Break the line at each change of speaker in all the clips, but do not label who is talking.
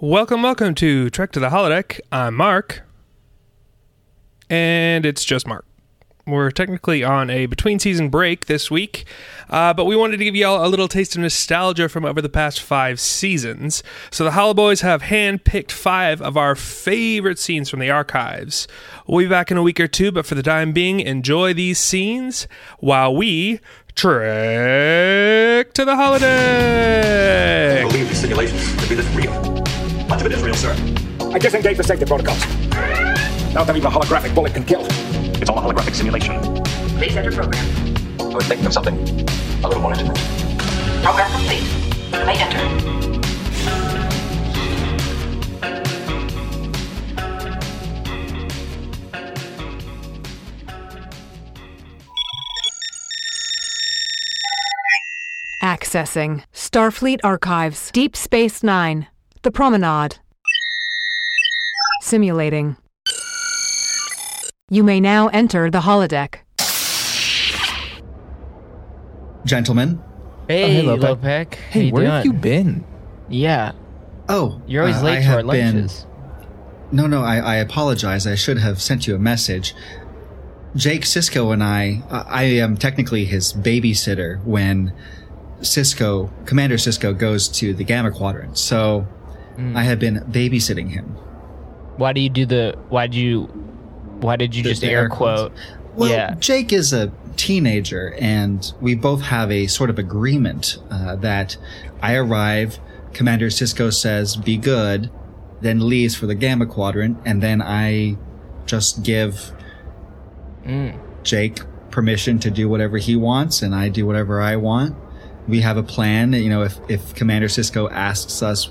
Welcome, welcome to Trek to the Holodeck. I'm Mark. And it's just Mark. We're technically on a between season break this week, uh, but we wanted to give y'all a little taste of nostalgia from over the past five seasons. So the Hollow Boys have hand picked five of our favorite scenes from the archives. We'll be back in a week or two, but for the time being, enjoy these scenes while we trek to the holodeck.
believe these simulations to be this real. Much of it is real, sir.
I disengage the safety protocols. Now that even a holographic bullet can kill.
It's all a holographic simulation.
Please enter program.
I would think of something a little more intimate.
Program complete. You may enter.
Accessing Starfleet Archives, Deep Space Nine, The Promenade. Simulating. You may now enter the holodeck.
gentlemen.
Hey,
hello, Peck.
Lopek. How
Hey,
you
where
doing?
have you been?
Yeah,
Oh,
you're always
uh, I
late to
have
our
been-
lunches.
No, no, I, I apologize. I should have sent you a message. Jake Cisco and I, I I am technically his babysitter when Cisco, Commander Cisco, goes to the Gamma Quadrant. So
Hmm.
I have been babysitting him.
Why do you do the? Why do you? Why did you
The-
just
the
air
air
quote?
quotes. Well,
yeah.
Jake is a teenager, and we both have a sort of agreement uh, that I arrive, Commander Cisco says, be good, then leaves for the Gamma Quadrant, and then I just give
Mm,
Jake permission to do whatever he wants, and I do whatever I want. We have a plan. You know, if, if Commander Cisco asks us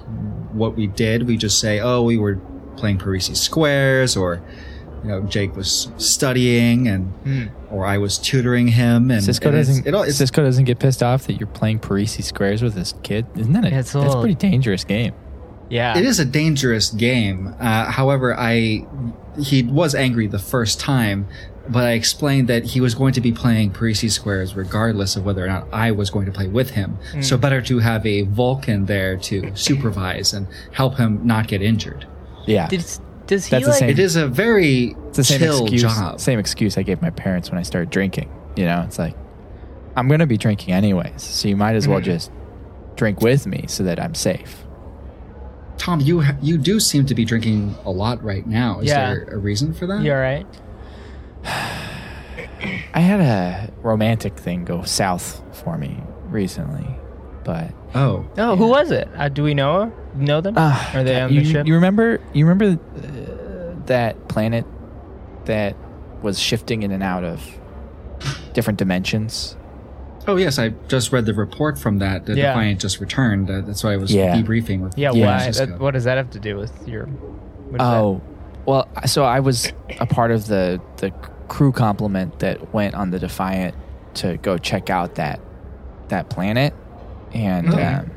what we did, we just say, oh, we were playing Parisi Squares, or, you know, Jake was studying, and or I was tutoring him. And,
Hmm. Cisco
and it's-
doesn't.
It all, it's,
Cisco doesn't get pissed off that you're playing Parisi Squares with this kid. Isn't that a,
Yeah, it's a
that's a
little-
pretty dangerous game?
Yeah,
it is a dangerous game. Uh, however, I he was angry the first time, but I explained that he was going to be playing Parisi Squares regardless of whether or not I was going to play with him.
Hmm.
So better to have a Vulcan there to supervise and help him not get injured.
Yeah,
Did, does he
That's the
like?
same-
It is a very
it's the same
chill
excuse.
job.
Same excuse I gave my parents when I started drinking. You know, it's like I'm gonna be drinking anyways, so you might as well
Mm-hmm.
just drink with me so that I'm safe.
Tom, you ha- you do seem to be drinking a lot right now. Is
Yeah.
there a reason for that?
You all right?
I had a romantic thing go south for me recently, but
Oh,
Oh, who was it? Uh, do we know her? Know them?
Ah,
Are they
God,
on
you,
the ship?
You remember? You remember uh, that planet that was shifting in and out of different dimensions?
oh yes, I just read the report from that. that
Yeah.
The client just returned. Uh, that's why I was
Yeah.
debriefing with.
yeah.
Commander
Why?
Sisko.
That, what does that have to do with your? what is
Oh, well. So I was a part of the the crew complement that went on the Defiant to go check out that that planet, and
Okay.
um,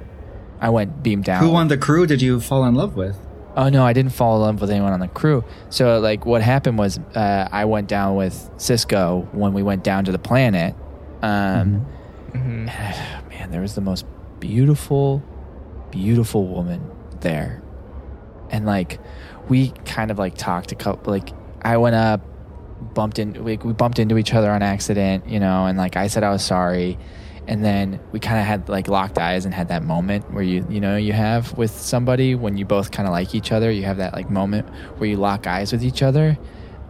I went beamed down.
Who on the crew did you fall in love with?
Oh no, I didn't fall in love with anyone on the crew. So like, what happened was uh, I went down with Cisco when we went down to the planet. Um, Man, there was the most beautiful, beautiful woman there, and like, we kind of like talked a couple. Like, I went up, bumped in, we, we bumped into each other on accident, you know, and like I said I was sorry. And then we kind of had like locked eyes and had that moment where you, you know, you have with somebody when you both kind of like each other, you have that like moment where you lock eyes with each other.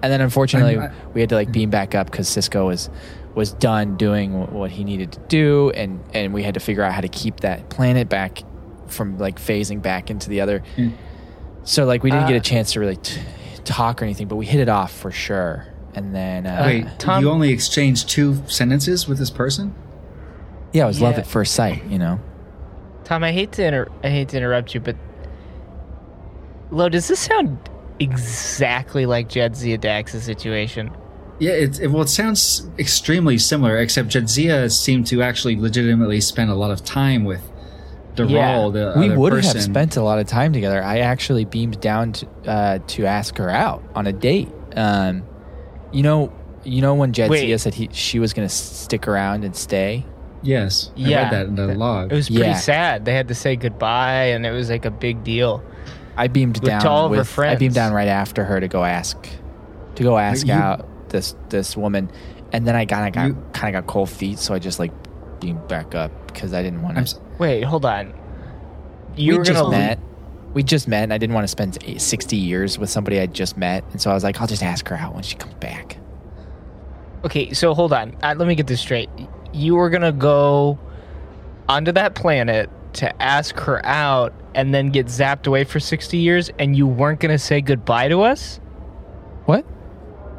And then unfortunately,
I'm- I-
we had to like beam back up because Cisco was was done doing wh- what he needed to do, and and we had to figure out how to keep that planet back from like phasing back into the other. So like we didn't get a chance to really t- talk or anything, but we hit it off for sure. And then uh,
Wait,
Tom-
you only exchanged two sentences with this person?
yeah, it was love
Yeah.
at first sight, you know.
that? Tom, I hate to inter- I hate to interrupt you, but Lo, does this sound exactly like Jed Ziadax's situation?
Yeah, it, it well, it sounds extremely similar, except Jadzia seemed to actually legitimately spend a lot of time with the
Yeah.
role. The
we
other
would
person.
have spent a lot of time together. I actually beamed down to uh, to ask her out on a date. Um, you know, you know when Jed
Wait.
Zia said he, she was going to stick around and stay.
Yes, I
Yeah.
read that in the log.
It was pretty
Yeah.
sad. They had to say goodbye, and it was like a big deal.
I beamed
We're
down.
tall, we're
with, I beamed
friends.
down right after her to go ask, to go ask
you-
out this this woman, and then I kind of got
You-
kind of got cold feet, so I just like beamed back up because I didn't want
I'm,
to.
s-
Wait, hold on. You
we
were
just
gonna
met. We just met, and I didn't want to spend eight- sixty years with somebody I just met, and so I was like, I'll just ask her out when she comes back.
Okay, so hold on. Uh, let me get this straight. You were gonna go onto that planet to ask her out, and then get zapped away for sixty years, and you weren't gonna say goodbye to us.
What?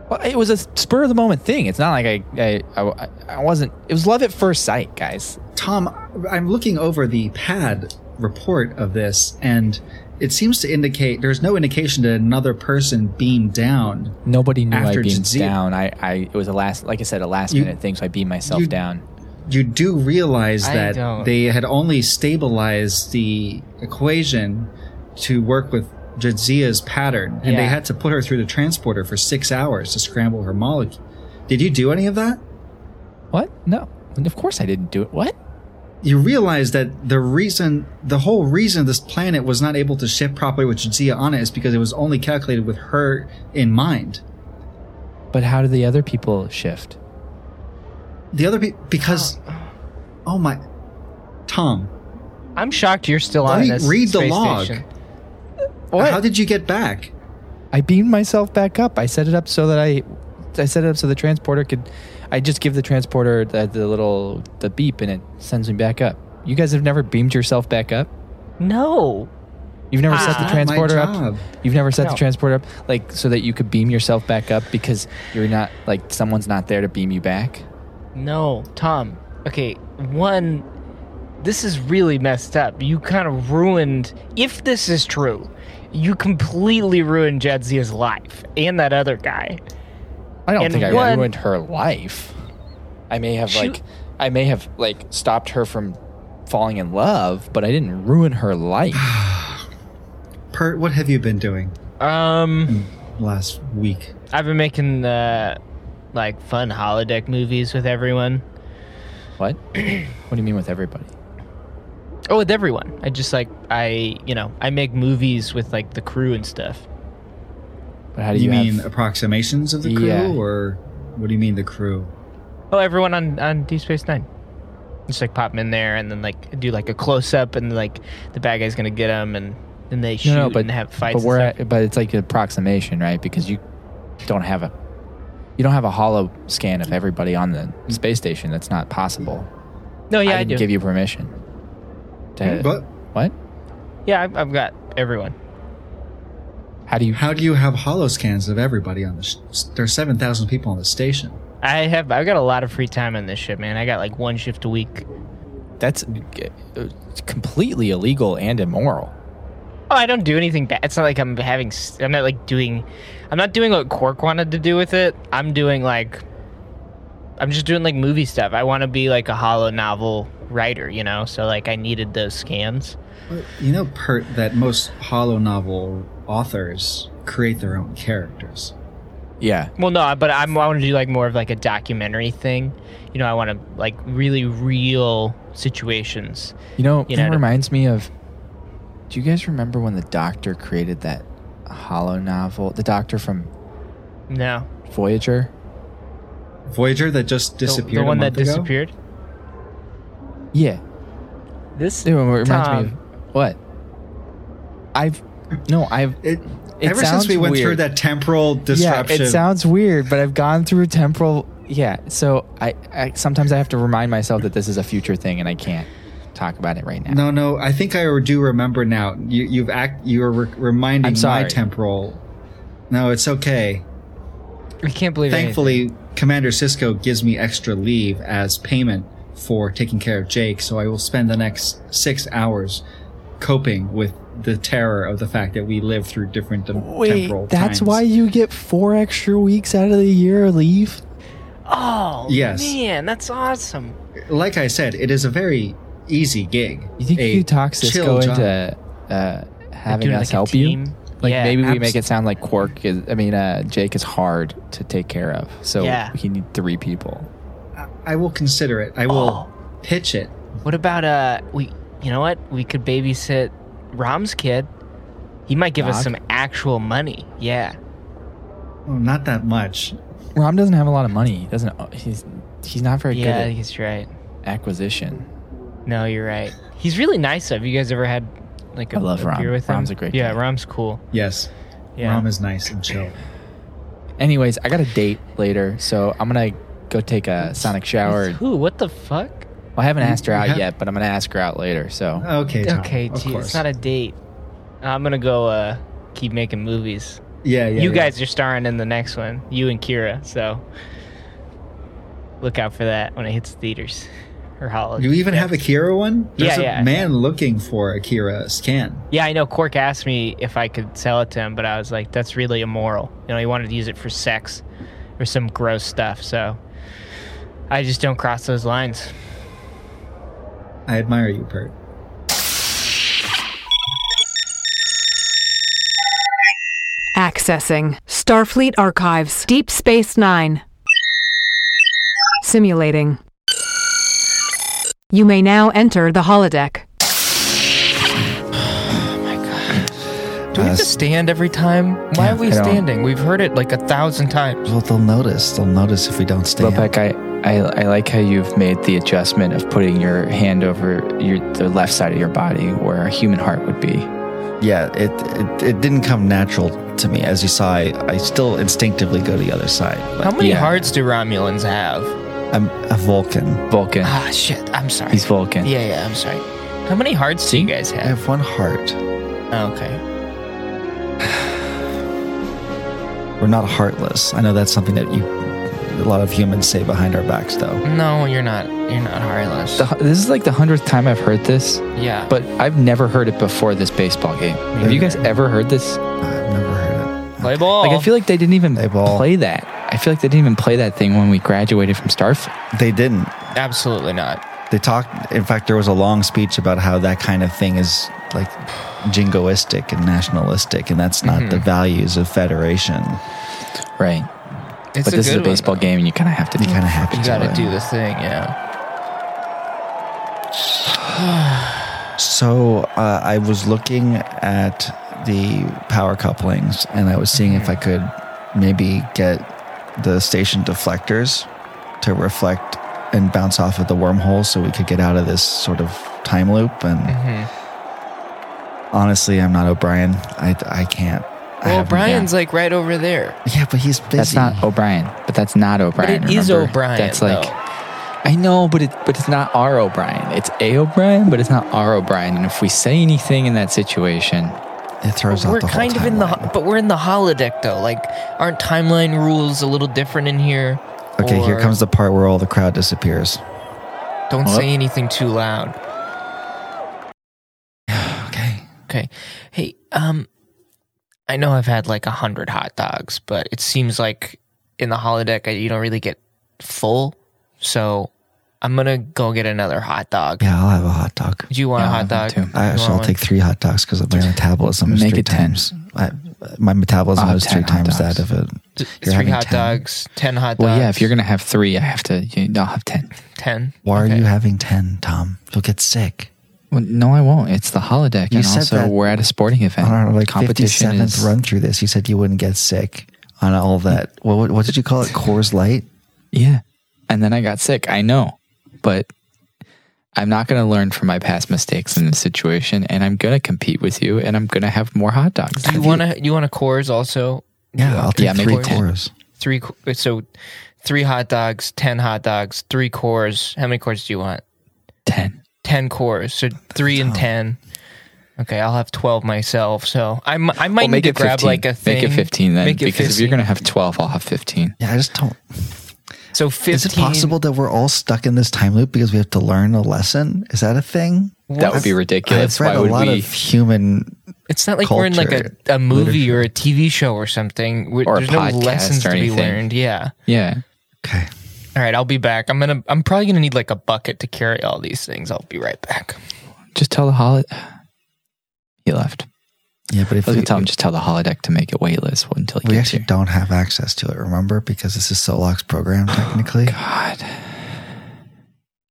Well, it was a spur of the moment thing. It's not like I, I, I, I wasn't. It was love at first sight, guys.
Tom, I'm looking over the pad report of this, and it seems to indicate there's no indication that another person beamed down.
Nobody knew
After
I beamed
Jadzia-
down. I, I, it was a last, like I said, a last
You-
minute thing, so I beamed myself
you-
down.
You do realize
I
that
don't.
they had only stabilized the equation to work with Jadzia's pattern, and they
Yeah.
had to put her through the transporter for six hours to scramble her molecule. Did you do any of that?
What? No, And of course I didn't do it. What?
you realize that the reason, the whole reason this planet was not able to shift properly with Jadzia on it is because it was only calculated with her in mind.
But how did the other people shift?
The other people, because, oh my, Tom,
I'm shocked you're still on
Read-
this.
read the
space
log.
station.
how did you get back?
I beamed myself back up. I set it up so that I, I set it up so the transporter could. I just give the transporter the, the little the beep, and it sends me back up. You guys have never beamed yourself back up.
No.
You've never set
Ah.
the transporter
My
up.
job.
You've never set
No.
the transporter up, like so that you could beam yourself back up because you're not like someone's not there to beam you back.
No, Tom. Okay, one. This is really messed up. You kind of ruined. If this is true, you completely ruined Jadzia's life and that other guy.
I don't
And
think I
one-
ruined her life. I may have
She-
like, I may have like stopped her from falling in love, but I didn't ruin her life.
Pert, what have you been doing
Um,
last week?
I've been making uh, like fun holodeck movies with everyone.
what? What do you mean with everybody?
Oh, with everyone. I just like I, you know, I make movies with like the crew and stuff.
But how do
You,
you,
mean
have,
approximations of the crew,
Yeah.
or what do you mean the crew?
Oh, everyone on on Deep Space Nine. Just like pop 'em in there and then like do like a close up and like the bad guy's gonna get him and then they shoot
no, no, but
and have fights.
But
and
we're
stuff.
at, but it's like an approximation, right? Because you don't have a you don't have a hollow scan of everybody on the space station. That's not possible.
no, Mm. yeah, I,
I didn't
do.
give you permission. To,
But
What?
yeah, I've, I've got everyone.
How do you?
how do you have holoscans of everybody on the? Sh- there's seven thousand people on the station.
I have I've got a lot of free time on this shit, man. I got like one shift a week.
That's uh, completely illegal and immoral.
Oh, I don't do anything bad. It's not like I'm having. s- I'm not like doing. I'm not doing what Quark wanted to do with it. I'm doing like. I'm just doing like movie stuff. I want to be like a hollow novel writer, you know. So like I needed those scans.
You know, Pert, that most hollow novel authors create their own characters.
Yeah.
Well, no, but I'm, I want to do like more of like a documentary thing. You know, I want to like really real situations.
You know,
You
that
know,
reminds me of. Do you guys remember when the Doctor created that hollow novel? The Doctor from
No,
Voyager.
Voyager that just
The-
disappeared.
The,
a
one that
month ago?
disappeared.
Yeah,
This
it reminds me
Tom.
of what? I've no, I've
It,
It
ever since we
sounds
went through
weird.
that temporal disruption,
Yeah, it sounds weird, but I've gone through temporal. Yeah, so I, I sometimes I have to remind myself that this is a future thing, and I can't talk about it right now.
no, no, I think I do remember now. You, you've act, you were re- reminding
I'm
my
sorry.
temporal. No, it's okay.
I can't believe.
Thankfully, Commander Cisco gives me extra leave as payment for taking care of Jake, so I will spend the next six hours coping with the terror of the fact that we live through different tem- temporal
that's
times.
why you get four extra weeks out of the year leave.
Oh,
Yes.
man, that's awesome.
Like I said, it is a very easy gig.
You think
A
you talk
chill
Cisco
job.
into uh, having
doing,
us
like, a
help you?
team?
Like
Yeah,
maybe we
abs-
make it sound like Quark is. I mean, uh, Jake is hard to take care of, so
Yeah.
we need three people.
I will consider it. I
Oh.
will pitch it.
What about uh we you know what? We could babysit Rom's kid. He might give us
Nog?
some actual money. Yeah.
Oh, not that much.
Rom doesn't have a lot of money. He doesn't. uh, He's he's not very
Yeah,
good
he's right.
at acquisition.
No, you're right. He's really nice. Have you guys ever had like a
I love
a
Rom.
beer with him?
Rom's a great
Yeah,
guy.
Rom's cool.
Yes.
Yeah.
Rom is nice and chill.
Anyways, I got a date later, so I'm gonna go take a sonic shower. Well,
Who? What the fuck?
I haven't asked her out
have-
yet, but I'm gonna ask her out later. So
Okay. Tom,
Okay,
of
gee,
course.
it's not a date. I'm gonna go uh keep making movies.
yeah, yeah.
you
yeah.
guys are starring in the next one, you and Kira. So look out for that when it hits theaters or holidays.
You even have Akira one?
Yeah,
There's a
yeah.
man looking for Akira scan.
Yeah, I know. Cork asked me if I could sell it to him, but I was like, that's really immoral. You know, he wanted to use it for sex or some gross stuff. So I just don't cross those lines.
I admire you, Bert.
Accessing Starfleet Archives, Deep Space Nine. Simulating. You may now enter the holodeck.
Do
Uh,
we have to stand every time? Why are we
I don't-
standing? We've heard it like a thousand times.
Well, they'll notice. They'll notice if we don't stay.
Lopek, I, I I like how you've made the adjustment of putting your hand over your the left side of your body where a human heart would be.
Yeah, it, it it didn't come natural to me. As you saw, I, I still instinctively go to the other side.
How
But
many
Yeah.
hearts do Romulans have?
I'm a Vulcan.
Vulcan.
Ah, shit. I'm sorry.
He's Vulcan.
Yeah, yeah, I'm sorry. How many hearts do you guys
I
have?
have one heart.
Okay.
We're not heartless. I know that's something that you a lot of humans say behind our backs, though.
No, you're not. You're not heartless.
The- this is like the hundredth time I've heard this,
yeah.
but I've never heard it before this baseball game. Have you guys ever heard this?
I've never heard it.
play ball.
Like I feel like they didn't even
They ball.
play that. I feel like they didn't even play that thing when we graduated from Starfleet.
They didn't.
absolutely not.
They talked. In fact, there was a long speech about how that kind of thing is like jingoistic and nationalistic, and that's not
Mm-hmm.
the values of Federation.
Right.
It's
but this is a
good one,
baseball
though.
game and you kind of have to
You kind of have to.
Mm-hmm. You gotta
it.
do the thing, yeah.
So uh, I was looking at the power couplings, and I was seeing if
Mm-hmm.
I could maybe get the station deflectors to reflect and bounce off of the wormhole, so we could get out of this sort of time loop. And
Mm-hmm.
honestly, I'm not O'Brien. I I can't. I
Well,
haven't-
Brian's like right over there.
yeah. yeah, but he's busy.
That's not O'Brien, but that's not O'Brien.
but it is
remember?
O'Brien.
That's like
though.
I know, but it but it's not our O'Brien. It's a O'Brien, but it's not our O'Brien. And if we say anything in that situation,
It throws off
we're
the whole
kind of in the,
timeline.
ho- but we're in the holodeck though. Like, aren't timeline rules a little different in here?
Okay, here
Or
comes the part where all the crowd disappears.
Don't
What?
say anything too loud.
Okay.
Okay. Hey, um, I know I've had like a hundred hot dogs, but it seems like in the holodeck uh, you don't really get full. So I'm gonna go get another hot dog.
Yeah, I'll have a hot dog.
Do you want
Yeah,
a
I'll
hot
have that
dog?
too.
You
I,
want
so I'll
one?
take three hot dogs because my metabolism is
Make
three
it 10.
times. I, my metabolism
Oh,
is
10
three
hot
times
dogs.
that of a.
Th-
you're
three
having
hot
10.
dogs, ten hot dogs.
well, yeah, if you're gonna have three, I have to. You, I'll have ten.
ten.
Why are
Okay.
you having ten, Tom? You'll get sick.
Well, no, I won't. It's the holodeck,
You
and
said
also
that
we're at a sporting event.
On our like fifty
Competition
seventh
is-
run through this, you said you wouldn't get sick on all that. What what, what did you call it? Coors Light.
Yeah, and then I got sick. I know, but I'm not gonna learn from my past mistakes in this situation, and I'm gonna compete with you, and I'm gonna have more hot dogs.
Do you want to? You want a Coors also?
Yeah, I'll take
Yeah, maybe
three
10.
Coors.
Three. Co- So three hot dogs, ten hot dogs, three Coors. How many Coors do you want?
ten?
Ten Coors. So three and ten. Okay, I'll have twelve myself. So I, mi- I might
Well,
need
make
to
it
grab
15.
like a thing.
Make it fifteen then,
Make it
because if
15.
you're gonna have twelve, I'll have fifteen.
Yeah, I just don't.
so fifteen.
Is it possible that we're all stuck in this time loop because we have to learn a lesson? Is that a thing?
That would be ridiculous.
I've read
Why would
a lot
we?
of human.
It's not like we're in like a,
culture,
a movie or a TV show or something. We're,
Or a
there's no
podcast
lessons
or
to be
anything.
learned. Yeah.
yeah.
Okay.
All right, I'll be back. I'm gonna. I'm probably gonna need like a bucket to carry all these things. I'll be right back.
Just tell the holodeck. He left.
Yeah, but if
I was
we,
gonna tell him just tell the holodeck to make it weightless until he
We
gets
actually
here.
don't have access to it, remember? Because this is Solok's program, technically.
Oh, God.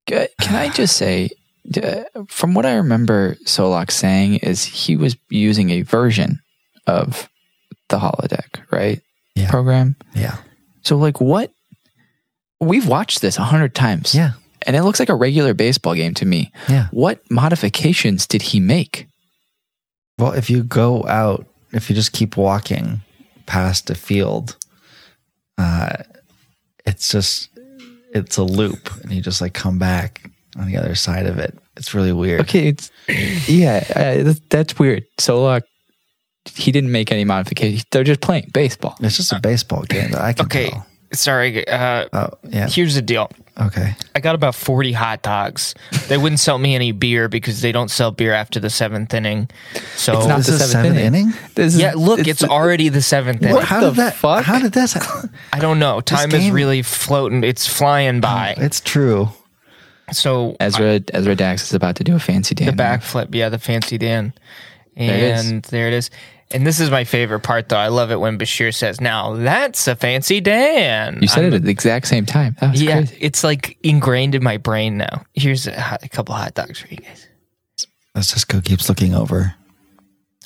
Good. Can I just say, d- from what I remember, Solok saying is he was using a version of the holodeck, right?
Yeah.
Program.
Yeah.
So like what we've watched this a hundred times.
Yeah.
And it looks like a regular baseball game to me.
Yeah.
What modifications did he make?
Well, if you go out, if you just keep walking past a field, uh, it's just it's a loop, and you just like come back on the other side of it. It's really weird.
Okay, it's yeah, uh, that's, that's weird. Solak, he didn't make any modifications. They're just playing baseball.
It's just a baseball game that I can
Okay,
Oh.
tell.
sorry. Uh,
Oh yeah.
here's the deal.
Okay.
I got about 40 hot dogs. They wouldn't sell me any beer because they don't sell beer after the seventh inning. So
It's not
This
the
is
seventh,
seventh
inning.
inning?
This is,
yeah, look, it's,
the-
already the seventh inning.
What
how
the
did that?
fuck?
How did this?
I don't know. Time is
game-
really floating. It's
Oh,
flying by.
It's true.
So
Ezra Ezra Dax is about to do a fancy dance.
the backflip, yeah, the fancy Dan,
it is.
and there it is. And this is my favorite part, though. I love it when Bashir says, "Now that's a fancy Dan."
You said
I'm-
it at the exact same time. That was
Yeah,
crazy.
it's like ingrained in my brain now. Here's a, hot- a couple hot dogs for you guys.
Let's just go. Keeps looking over.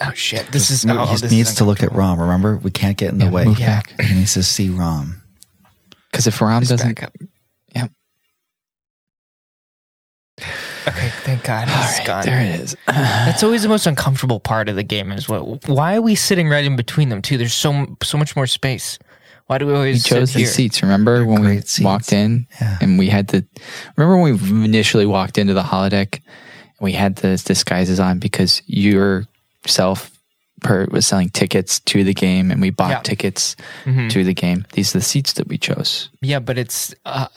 Oh shit! This is
He
oh, this is
needs to look at Rom. Remember, we can't get in the
Yeah,
way.
move back.
He needs to see Rom.
Because if Ram
Just
doesn't,
back up.
Yeah.
Okay, thank God.
all
it's
right,
gone.
there it is.
That's always the most uncomfortable part of the game. Is what? Why are we sitting right in between them too? There's so so much more space. Why do we
We
always
chose
sit
the
here?
seats. Remember when we
great seats.
walked in
Yeah.
and we had the. Remember when we initially walked into the holodeck and we had the disguises on because yourself per, was selling tickets to the game and we bought
Yeah.
tickets
Mhm.
to the game. These are the seats that we chose.
Yeah, but it's. Uh,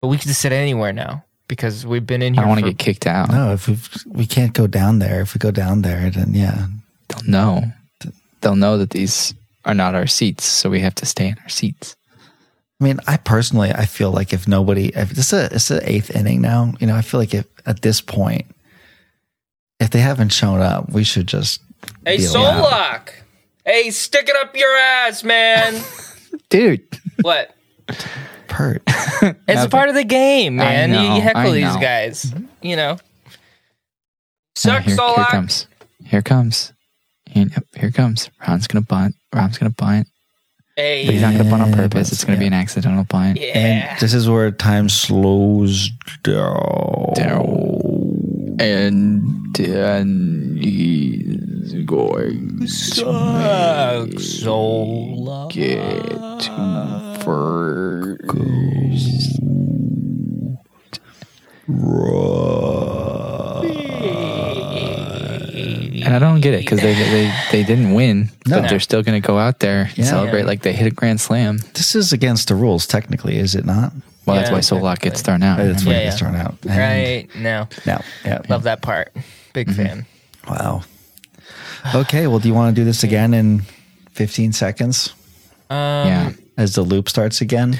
but we can sit anywhere now because we've been in
I
here.
don't want to
for-
get kicked out.
No, if we we can't go down there. If we go down there, then yeah,
They'll know. They'll know that these are not our seats, so we have to stay in our seats.
I mean, I personally, I feel like if nobody, if this is it's the eighth inning now, you know, I feel like if at this point, if they haven't shown up, we should just.
Hey,
deal it out.
Solak! Hey, stick it up your ass, man!
Dude,
what?
Pert.
It's a part of the game, man.
know,
you heckle
I
these
know.
guys. You know.
Uh,
Suck,
here, here
Solak!
comes. Here comes. Here, yep, here comes. Ron's gonna bunt. Ron's gonna bunt. But he's
Hey,
not gonna bunt on
Yeah,
purpose.
but-
It's gonna be
yeah.
an accidental bunt.
yeah.
And this is where time slows down.
Down. Oh. And then he's going
Suck, Solak.
get Uh, first. And I don't get it because they, they they didn't win,
No.
but they're still going to go out there and
Yeah.
celebrate like they hit a grand slam.
This is against the rules, technically, is it not?
Well,
Yeah,
that's why Solak
exactly.
gets thrown out.
That's where
Yeah,
it gets
yeah.
thrown out. And-
Right now.
No. Yeah.
Love that part. Big
Mm-hmm.
fan.
Wow. Okay. Well, do you want to do this again in 15 seconds
yeah.
as the loop starts again?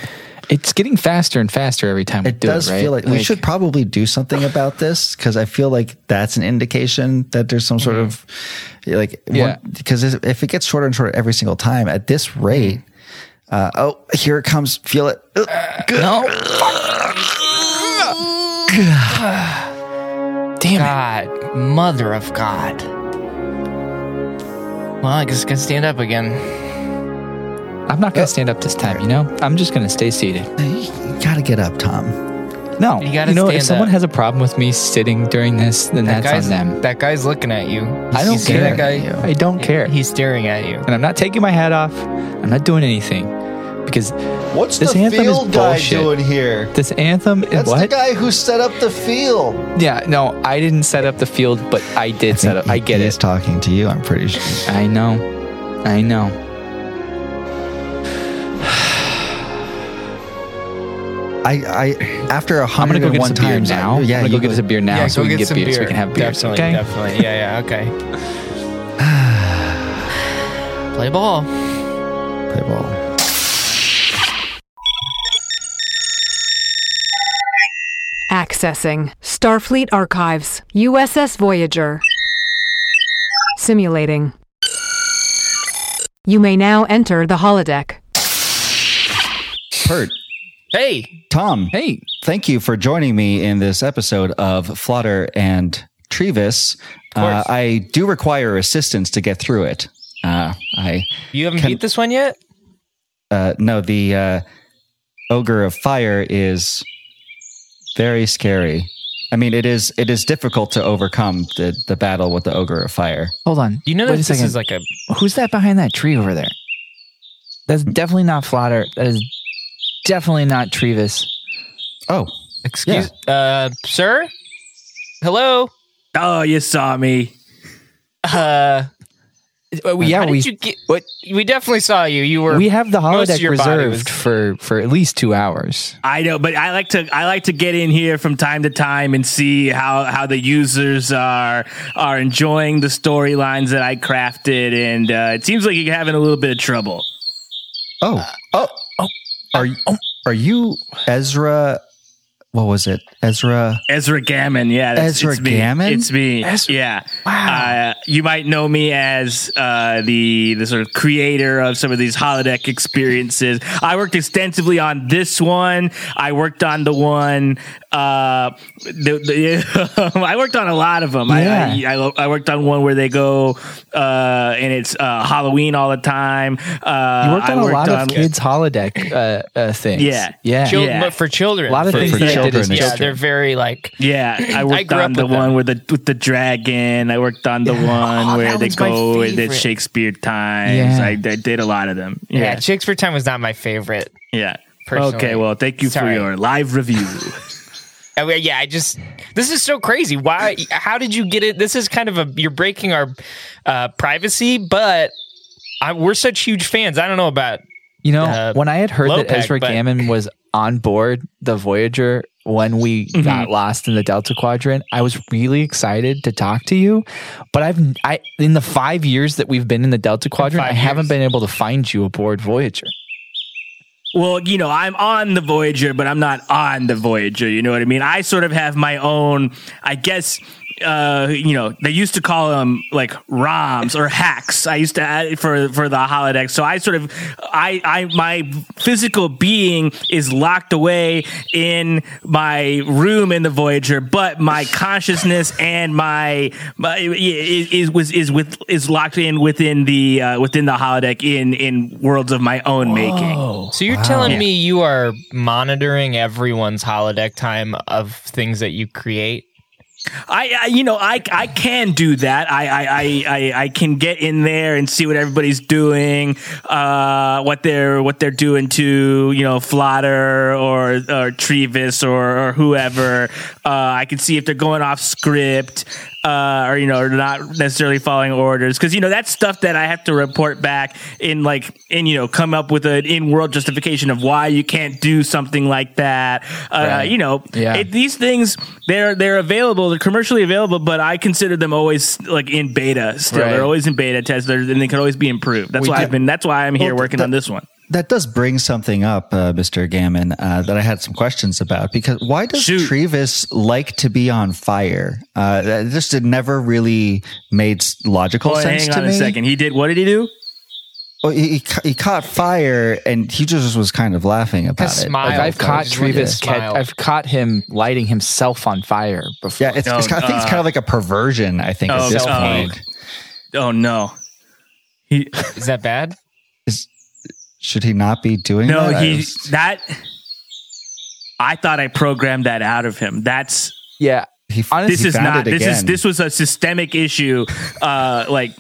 It's getting faster and faster every time we
It
do
does
it, right?
feel like, we should probably do something about this because I feel like that's an indication that there's some sort of like
Yeah.
Because if it gets shorter and shorter every single time at this rate, uh, oh here it comes, feel it. Ugh, good.
Damn it.
God, mother of God. Well, I guess I can stand up again.
I'm not going to stand up this time, you know? I'm just going to stay seated.
You gotta get up, Tom.
No.
You gotta
know,
stand
if someone
up.
has a problem with me sitting during this, then
That
that's
guy's
on them.
that guy's looking at you.
I
You
don't
see
care.
that guy.
I don't care.
He's staring at you.
and I'm not taking my hat off. I'm not doing anything because
What's
This the anthem is field guy bullshit. doing
here?
this anthem is what?
guy who set up the field.
Yeah, no, I didn't set up the field, but I did set up. I get
He's
it.
talking to you. I'm pretty sure.
I know. I know.
I, I after a
I'm
hundred
gonna go
and
get
one
us a beer
times.
now.
I- yeah,
I'm gonna
you
go get us a beer now so we can get
some
beers. So we can have beers.
Definitely,
okay.
definitely. Yeah, yeah, okay. Play ball.
Play ball.
Accessing Starfleet Archives, USS Voyager. Simulating. You may now enter the holodeck.
Pert,
Hey,
Tom.
Hey,
Thank you for joining me in this episode of Flutter and Trevis. Uh, I do require assistance to get through it. Uh, I
You haven't beat this one yet?
uh, no, the uh, ogre of fire is very scary. I mean, it is it is difficult to overcome the the battle with the ogre of fire.
Hold on.
You know
Wait
that
a
this
second.
is like a
Who's that behind that tree over there? That's definitely not Flatter. That is definitely not Trevis.
Oh,
excuse uh sir? Hello?
Oh, you saw me.
Uh
Uh, we- yeah,
how did
we
you get,
what-
we definitely saw you. You were
we have the
most of
holodeck
your body
reserved
was-
for for at least two hours.
I know, but I like to I like to get in here from time to time and see how how the users are are enjoying the storylines that I crafted, and uh, it seems like you're having a little bit of trouble.
oh, oh, oh. Are are you Ezra? What was it? Ezra?
Ezra Gammon, yeah, that's,
Ezra
it's me.
Gammon?
it's me.
Ezra-
Yeah,
Wow.
Uh, you might know me as uh, the the sort of creator of some of these holodeck experiences. I worked extensively on this one. I worked on the one. Uh, the, the, I worked on a lot of them. I, I, I, lo- I worked on one where they go uh, and it's uh, Halloween all the time. Uh,
You worked on
I
a lot of kids' holodeck uh, uh, things.
Yeah.
yeah.
chil-
yeah.
but for children.
A lot of
for,
things
for
that I did
children.
as
Yeah,
children.
they're very like
Yeah, I worked
grew up
on the
with them.
one with the with the dragon. I worked on the one
Oh,
where
that
they
one's my
go and did
favorite.
Shakespeare times.
Yeah.
I, I did a lot of them.
yeah.
Yeah,
Shakespeare time was not my favorite.
yeah.
Personally.
Okay, well, thank you
Sorry.
for your live review.
I mean, yeah, I just this is so crazy. Why? How did you get it? This is kind of a you're breaking our uh, privacy, but I, we're such huge fans. I don't know about
You know,
uh,
when I had heard that
E
Lopec,
Ezra
but-
Gammon was on board the Voyager when we
Mm-hmm.
got lost in the Delta Quadrant, I was really excited to talk to you. But I've I in the five years that we've been in the Delta Quadrant, I
five
haven't
years.
been able to find you aboard Voyager.
well, you know, I'm on the Voyager, but I'm not on the Voyager. You know what I mean? I sort of have my own, I guess. Uh, you know, they used to call them like ROMs or hacks. I used to add for for the holodeck. So I sort of, I, I, my physical being is locked away in my room in the Voyager, but my consciousness and my, my is, is was is with is locked in within the uh, within the holodeck in in worlds of my own making.
So you're telling me you are monitoring everyone's holodeck time of things that you create?
I, I you know I I can do that. I I, I I I can get in there and see what everybody's doing, uh, what they're what they're doing to you know Flutter or or Trevis or, or whoever. Uh, I can see if they're going off script. Uh, or you know, or not necessarily following orders because you know that's stuff that I have to report back in like in you know come up with an in-world justification of why you can't do something like that. Uh, You know,
Yeah.
it, these things they're they're available they're commercially available but i consider them always like in beta still
Right.
they're always in beta test they're, and they can always be improved that's why i've been that's why i'm here
Well,
working
the-
on this one
That does bring something up, uh, Mr. Gammon, uh, that I had some questions about because why does
Shoot.
Trevis like to be on fire? Uh, that just it never really made s- logical
oh
sense
hang
to
on a
me.
second he did what did he do
Well, he, he, ca- he caught fire and he just was kind of laughing about it.
smile.
Like I've
though.
caught
Just wanted to
Trevis, ca-
smile.
I've caught him lighting himself on fire before.
Yeah, it's, it's
Oh,
kind of, I think it's
uh,
kind of like a perversion. I think
oh,
at this
self-hate.
point,
oh no he
Is that bad?
should he not be doing
no
that? I
he
was-
that i thought i programmed that out of him that's
yeah.
he
honestly,
this
he
is
found
not
it
this is
again.
this was a systemic issue uh like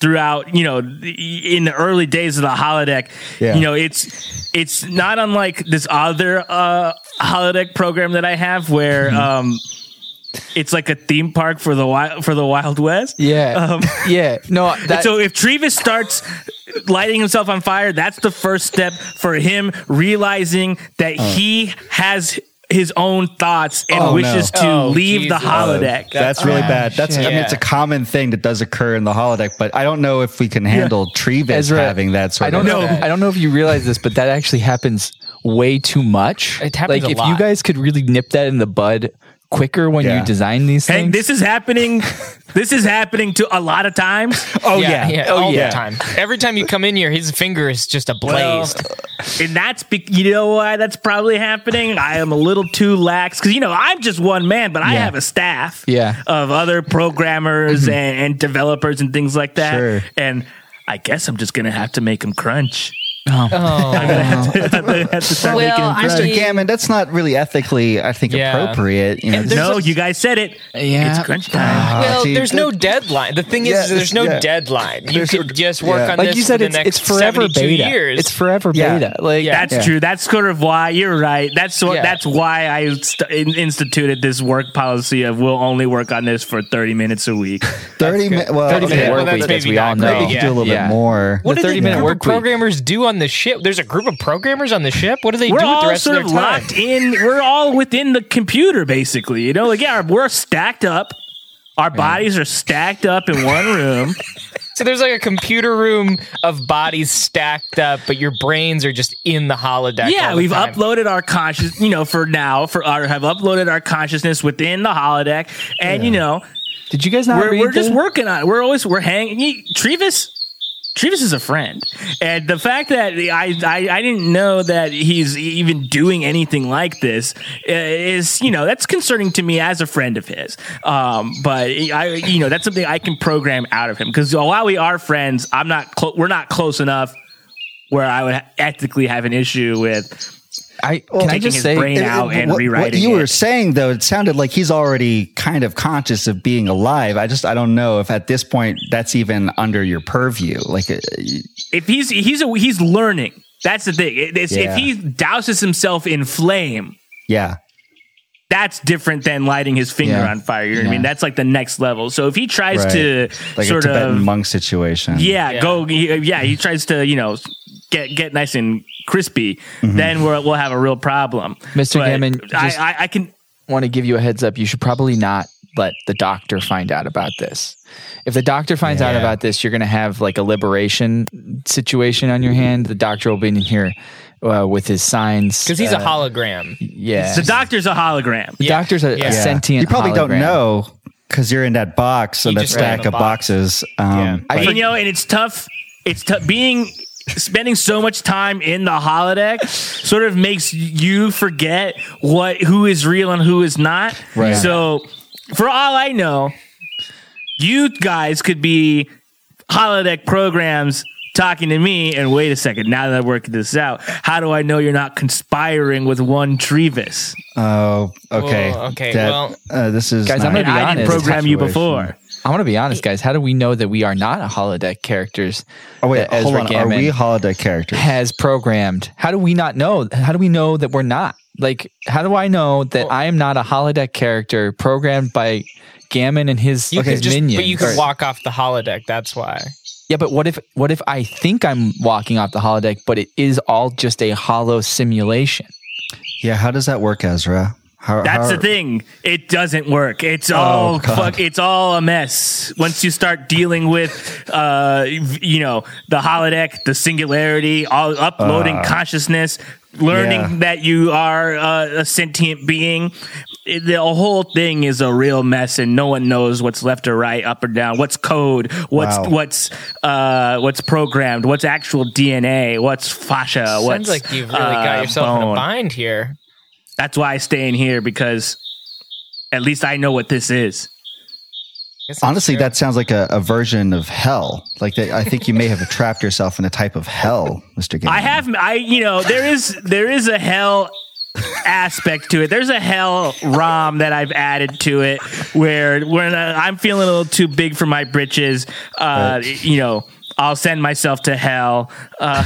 throughout you know in the early days of the holodeck
Yeah.
you know it's it's not unlike this other uh holodeck program that i have where um it's like a theme park for the wild for the wild west
Yeah.
um,
yeah. No, that,
so if Trevis starts lighting himself on fire, that's the first step for him realizing that he has his own thoughts and
Oh,
wishes
no.
to
Oh,
leave
Jesus.
the holodeck.
That's really bad. That's I mean,
shit.
it's a common thing that does occur in the holodeck, but I don't know if we can handle Trevis
Ezra,
having that sort
I don't
of
know. I don't know if you realize this, but that actually happens way too much.
It happens
Like
a
if you
lot.
guys could really nip that in the bud quicker when
Yeah.
you design these
Hank,
things?
this is happening. this is happening to a lot of times.
Oh
all the time. Every time you come in here, his finger is just ablaze.
and that's be- you know why that's probably happening. I am a little too lax because you know I'm just one man, but I
Yeah.
have a staff
Yeah.
of other programmers
Mm-hmm.
and, and developers and things like that.
Sure.
And I guess I'm just gonna have to make them crunch.
oh,
Have to start
Well,
making 'em
I
crunch.
Mr. Gammon, that's not really ethically, I think,
Yeah.
appropriate. You know,
And
just-
no, you guys said it.
Yeah.
it's crunch time.
well,
see,
there's
that-
no deadline. The thing
Yeah,
is, there's no
yeah.
deadline. You
There's
could
no-
just work
yeah.
on
like
this
you said,
for
it's,
the next
it's forever
72
beta.
years.
It's forever
Yeah.
beta. Like
That's
yeah.
true. That's sort of why you're right. That's what.
Yeah.
That's why I st- in- instituted this work policy of we'll only work on this for 30 minutes a week.
30 minutes. Well,
30 minute
okay,
work
well, that's
week, as
maybe
we all
not great.
know.
You could do a little
Yeah.
bit more.
what
the
do the
30 minute
group
work
of
week.
programmers do on the ship? There's a group of programmers on the ship. What do they
we're
do with the
all
rest
sort
of
of
their time?
locked in. We're all within the computer, basically. You know, like yeah, we're stacked up. Our bodies are stacked up in one room.
So there's like a computer room of bodies stacked up, but your brains are just in the holodeck. all
yeah,
the
we've
time.
uploaded our conscious. You know, for now, for our have uploaded our consciousness within the holodeck, and you know,
Did you guys not
we're,
read
we're just
the-
working on it. We're always we're hanging. He- Trevis, Trevis is a friend, and the fact that I I, I didn't know that he's even doing anything like this uh, is you know that's concerning to me as a friend of his. Um, but I you know that's something I can program out of him because while we are friends, I'm not clo- we're not close enough where I would ethically have an issue with.
I
Well,
can I
taking
just
his
say
brain out and
what,
rewriting
What you were
it.
saying though, it sounded like he's already kind of conscious of being alive. I just I don't know if at this point that's even under your purview. Like, uh,
if he's he's a, he's learning. That's the thing. It- it's-
Yeah.
If he douses himself in flame,
yeah,
that's different than lighting his finger
Yeah.
on fire. You know what I mean?
Yeah.
That's like the next level. So if he tries
Right.
to
like
sort
a Tibetan
of,
monk situation.
yeah,
Yeah.
go, yeah, he tries to, you know, get get nice and crispy,
Mm-hmm.
then we'll we'll have a real problem.
Mr.
But
Gammon, just-
I, I, I can.
want to give you a heads up. You should probably not let the doctor find out about this. If the doctor finds out about this, you're going to have like a liberation situation on your hand. The doctor will be in here uh, with his signs
because he's
uh,
a hologram.
yeah.
The doctor's a hologram.
The doctor's a, a
Yeah.
sentient.
you probably don't
hologram.
know because you're in that box and that
just got in
stack
the
of
box.
boxes. Um,
I
but-
And, you know, and it's tough. It's tough being spending so much time in the holodeck sort of makes you forget what who is real and who is not.
Right.
So, for all I know, you guys could be holodeck programs talking to me and wait a second now that i worked this out how do i know you're not conspiring with one trevis
oh, okay,
Well, okay,
That-
well-
uh, this is
Guys,
not-
I'm gonna be
i
honest.
didn't program you
Situation.
before
I want to be honest, guys. How do we know that we are not holodeck characters?
Oh wait,
that Ezra
hold on. Are
Gammon
we holodeck characters?
has programmed? How do we not know? How do we know that we're not? Like, how do I know that I am not a holodeck character programmed by Gammon and his
You could just,
minions?
but you could
Or-
walk off the holodeck. That's why.
Yeah, but what if what if I think I'm walking off the holodeck, but it is all just a hollow simulation?
Yeah, how does that work, Ezra? How,
That's
how- Oh,
the thing. It doesn't work. It's all
God.
fuck. It's all a mess. Once you start dealing with, uh, you know, the holodeck, the singularity, all uploading consciousness, learning
Uh, yeah.
that you are uh, a sentient being. it- The whole thing is a real mess, and no one knows what's left or right, up or down. What's code? What's
Wow.
what's uh, what's programmed? What's actual DNA? What's fascia? what's
Sounds like you've really got
uh,
yourself in a
bone?
bind here.
That's why I stay in here because at least I know what this is.
Guess that's
Honestly,
true.
that sounds like a, a version of hell. Like that, I think you may have trapped yourself in a type of hell, Mister Gammon.
I have I you know there is there is a hell aspect to it. There's a hell ROM that I've added to it where when I'm feeling a little too big for my britches, uh, you know, I'll send myself to hell. Uh,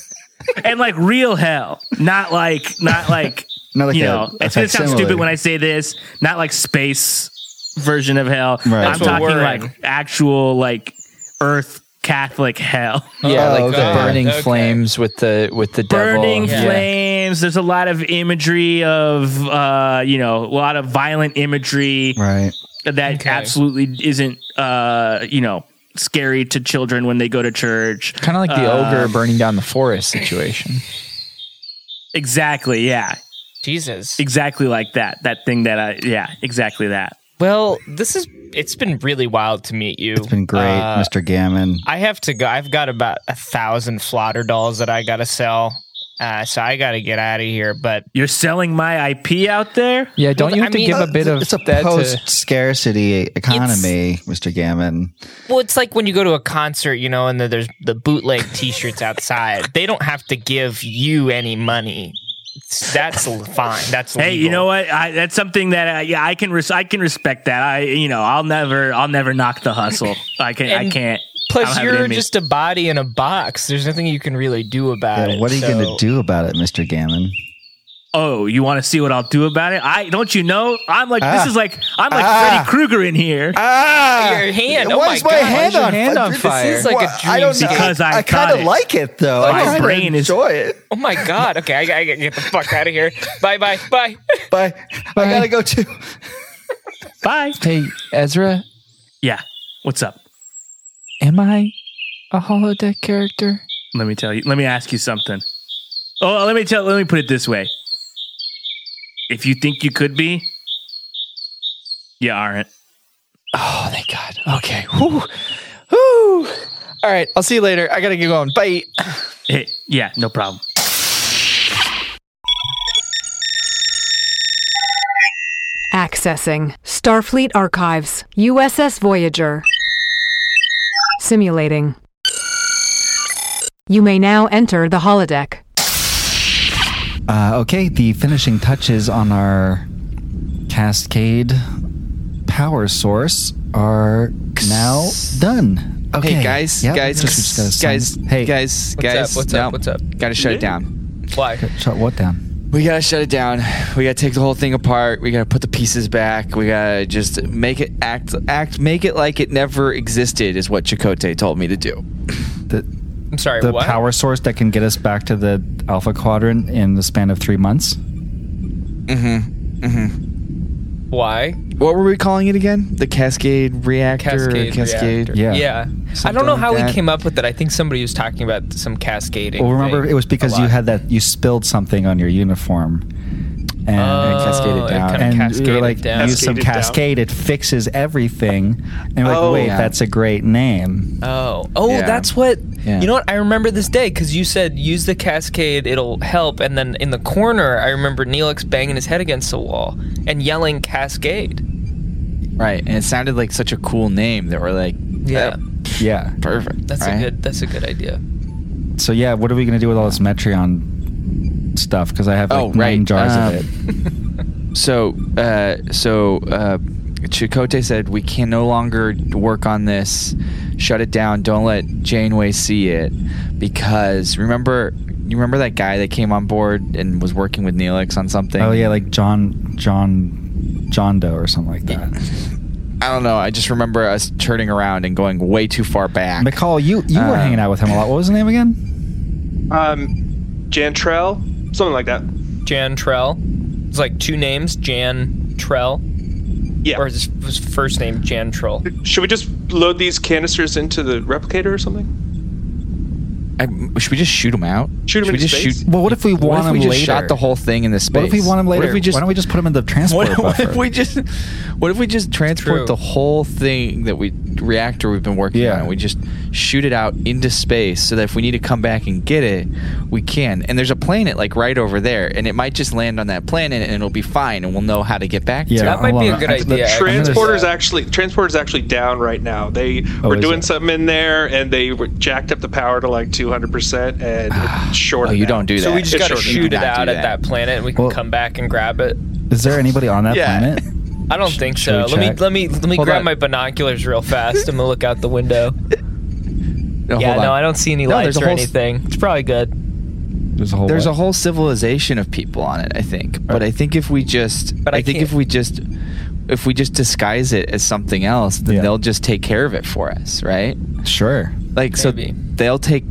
and like real hell, not like not like
Not like
you
a-
know.
a
It's gonna sound
facsimile.
stupid when I say this. Not like space version of hell.
Right.
I'm
That's
what
talking
we're
like
in.
actual like Earth Catholic hell.
Oh,
Yeah, like
okay.
burning
Okay.
flames with the with the devil.
burning
Yeah.
flames. There's a lot of imagery of uh, you know, a lot of violent imagery
right.
that absolutely isn't uh, you know, scary to children when they go to church.
Kind of like
Uh.
the ogre burning down the forest situation.
Exactly, yeah.
Jesus.
exactly like that. That thing that I yeah, exactly that.
Well, this is it's been really wild to meet you.
It's been great,
Uh,
Mr. Gammon.
I have to go. I've got about a thousand Flotter dolls that I gotta sell, uh, so I gotta get out of here. But
You're selling my IP out there?
Yeah, don't you
I
have to
mean- uh,
give a bit of
it's a
that to,
post scarcity economy, Mr. Gammon.
well, it's like when you go to a concert, you know, and the, there's the bootleg T-shirts outside. they don't have to give you any money. It's- That's l- fine. That's
Hey, you
legal.
know what? I, that's something that I, yeah, I can res- I can respect that. I you know I'll never I'll never knock the hustle. I can I
And
can't. I don't
Plus,
have it in
you're
me.
just a body in a box. There's nothing you can really do about
Yeah,
it.
what are you
so-
going to do about it, Mr. Gammon?
oh you want to see what I'll do about it? I don't you know I'm like
Ah.
this is like I'm like
Ah.
Freddy Krueger in here.
Ah!
Your hand. Oh
Why
my
is my
God.
hand,
Why is your
on,
hand
fire?
on fire?
This is like a
I
dream
don't know.
Because I
I
got
kind
it.
of like it though.
My
I kinda
brain is-
enjoy it.
Oh my god. Okay, I, I gotta get the fuck out of here. Bye bye bye.
But I gotta go too.
Bye.
Hey, Ezra,
Yeah. What's up?
am I a holodeck character?
Let me tell you. Let me ask you something. Oh, let me tell. Let me put it this way. If you think you could be, you aren't.
Oh, thank God. Okay. Whew. Whew. All right. I'll see you later. I gotta get going. Bye.
Eh, yeah, no problem.
Accessing Starfleet Archives, USS Voyager. Simulating. You may now enter the holodeck.
Uh, okay, the finishing touches on our cascade power source are now done. Okay,
Hey guys,
Yep.
guys,
Just- we just gotta sign
guys,
this-
hey
hey,
guys,
What's
guys.
up, what's up, what's up?
Gotta shut it down.
Why?
shut what down?
We gotta shut it down. We gotta take the whole thing apart. We gotta put the pieces back. We gotta just make it act, act, make it like it never existed. Is what Chakotay told me to do.
The,
I'm sorry,
the
what?
power source that can get us back to the Alpha Quadrant in the span of three months.
Why?
What were we calling it again? The Cascade Reactor. or
Cascade
Cascade.
reactor.
Yeah.
Yeah. I
Something
don't know
like
how
that.
we came up with that. I think somebody was talking about some cascading.
Well, remember,
thing
it was
a
because
lot.
you had that you spilled something on your uniform, and
Oh, cascaded it down. kinda
And you were
cascaded
like,
down.
use some
Cascaded down.
cascade. It fixes everything. And we're like,
Oh.
wait,
Yeah.
that's a great name.
Oh, oh,
Yeah.
that's what.
Yeah.
You know what? I remember this day because you said use the cascade; it'll help. And then in the corner, I remember Neelix banging his head against the wall and yelling "Cascade."
Right, and it sounded like such a cool name that we're like,
Yeah,
yeah.
perfect.
that's
right?
a good. That's a good idea.
So yeah, what are we gonna do with all this Metreon stuff? Because I have like
Oh,
nine
right.
jars
Um,
of it.
So, uh, so uh, Chakotay said we can no longer work on this. Shut it down. Don't let Janeway see it because remember, you remember that guy that came on board and was working with Neelix on something.
Oh yeah, like John John John Doe or something like that.
I don't know. I just remember us turning around and going way too far back.
McCall, you you were
Uh,
hanging out with him a lot. What was his name again?
Um, Jantrell, something like that.
Jan Trell. It's like two names: Jan Trell,
Yeah.
or his, his first name Jan Trell.
Should we just load these canisters into the replicator or something?
I, should we just shoot him out?
Shoot him
Should we
into
just
space?
shoot?
Well, what if we
What
want
if
him
we just
later?
shot the whole thing in the space?
what if we want him later?
What if we just
Why don't we just put him in the transport
What, what
buffer?
if we just what if we just transport
True.
the whole thing that we reactor we've been working
Yeah.
on we just shoot it out into space so that if we need to come back and get it we can and there's a planet like right over there and it might just land on that planet and it'll be fine and we'll know how to get back
Yeah,
to it
That might
hold
be
on.
a good
I- let-
idea,
I'm gonna-
Transporter's
uh,
actually transporter's actually down right now. They
Oh,
were
is
doing
it?
something in there and they were jacked up the power to like 200% and it shorted.
oh you
out.
don't do that
So we just
It's
gotta
short.
shoot it
Not do
out at
that.
that planet, and we can
Well-
come back and grab it.
Is there anybody on that
Yeah.
planet?
I don't think
should
so.
we
Let me
check?
let me let me
Hold
grab
on.
my binoculars real fast. I'm gonna look out the window.
No,
yeah,
hold
no,
on.
I don't see any
No, there's
lights
a
or
whole s-
anything. It's probably good.
There's a whole.
there's
lot.
a whole civilization of people on it i think but i think if we just
But
i,
I
think
can't-
if we just if we just disguise it as something else then
Yeah.
they'll just take care of it for us right
sure.
like
Maybe.
so they'll take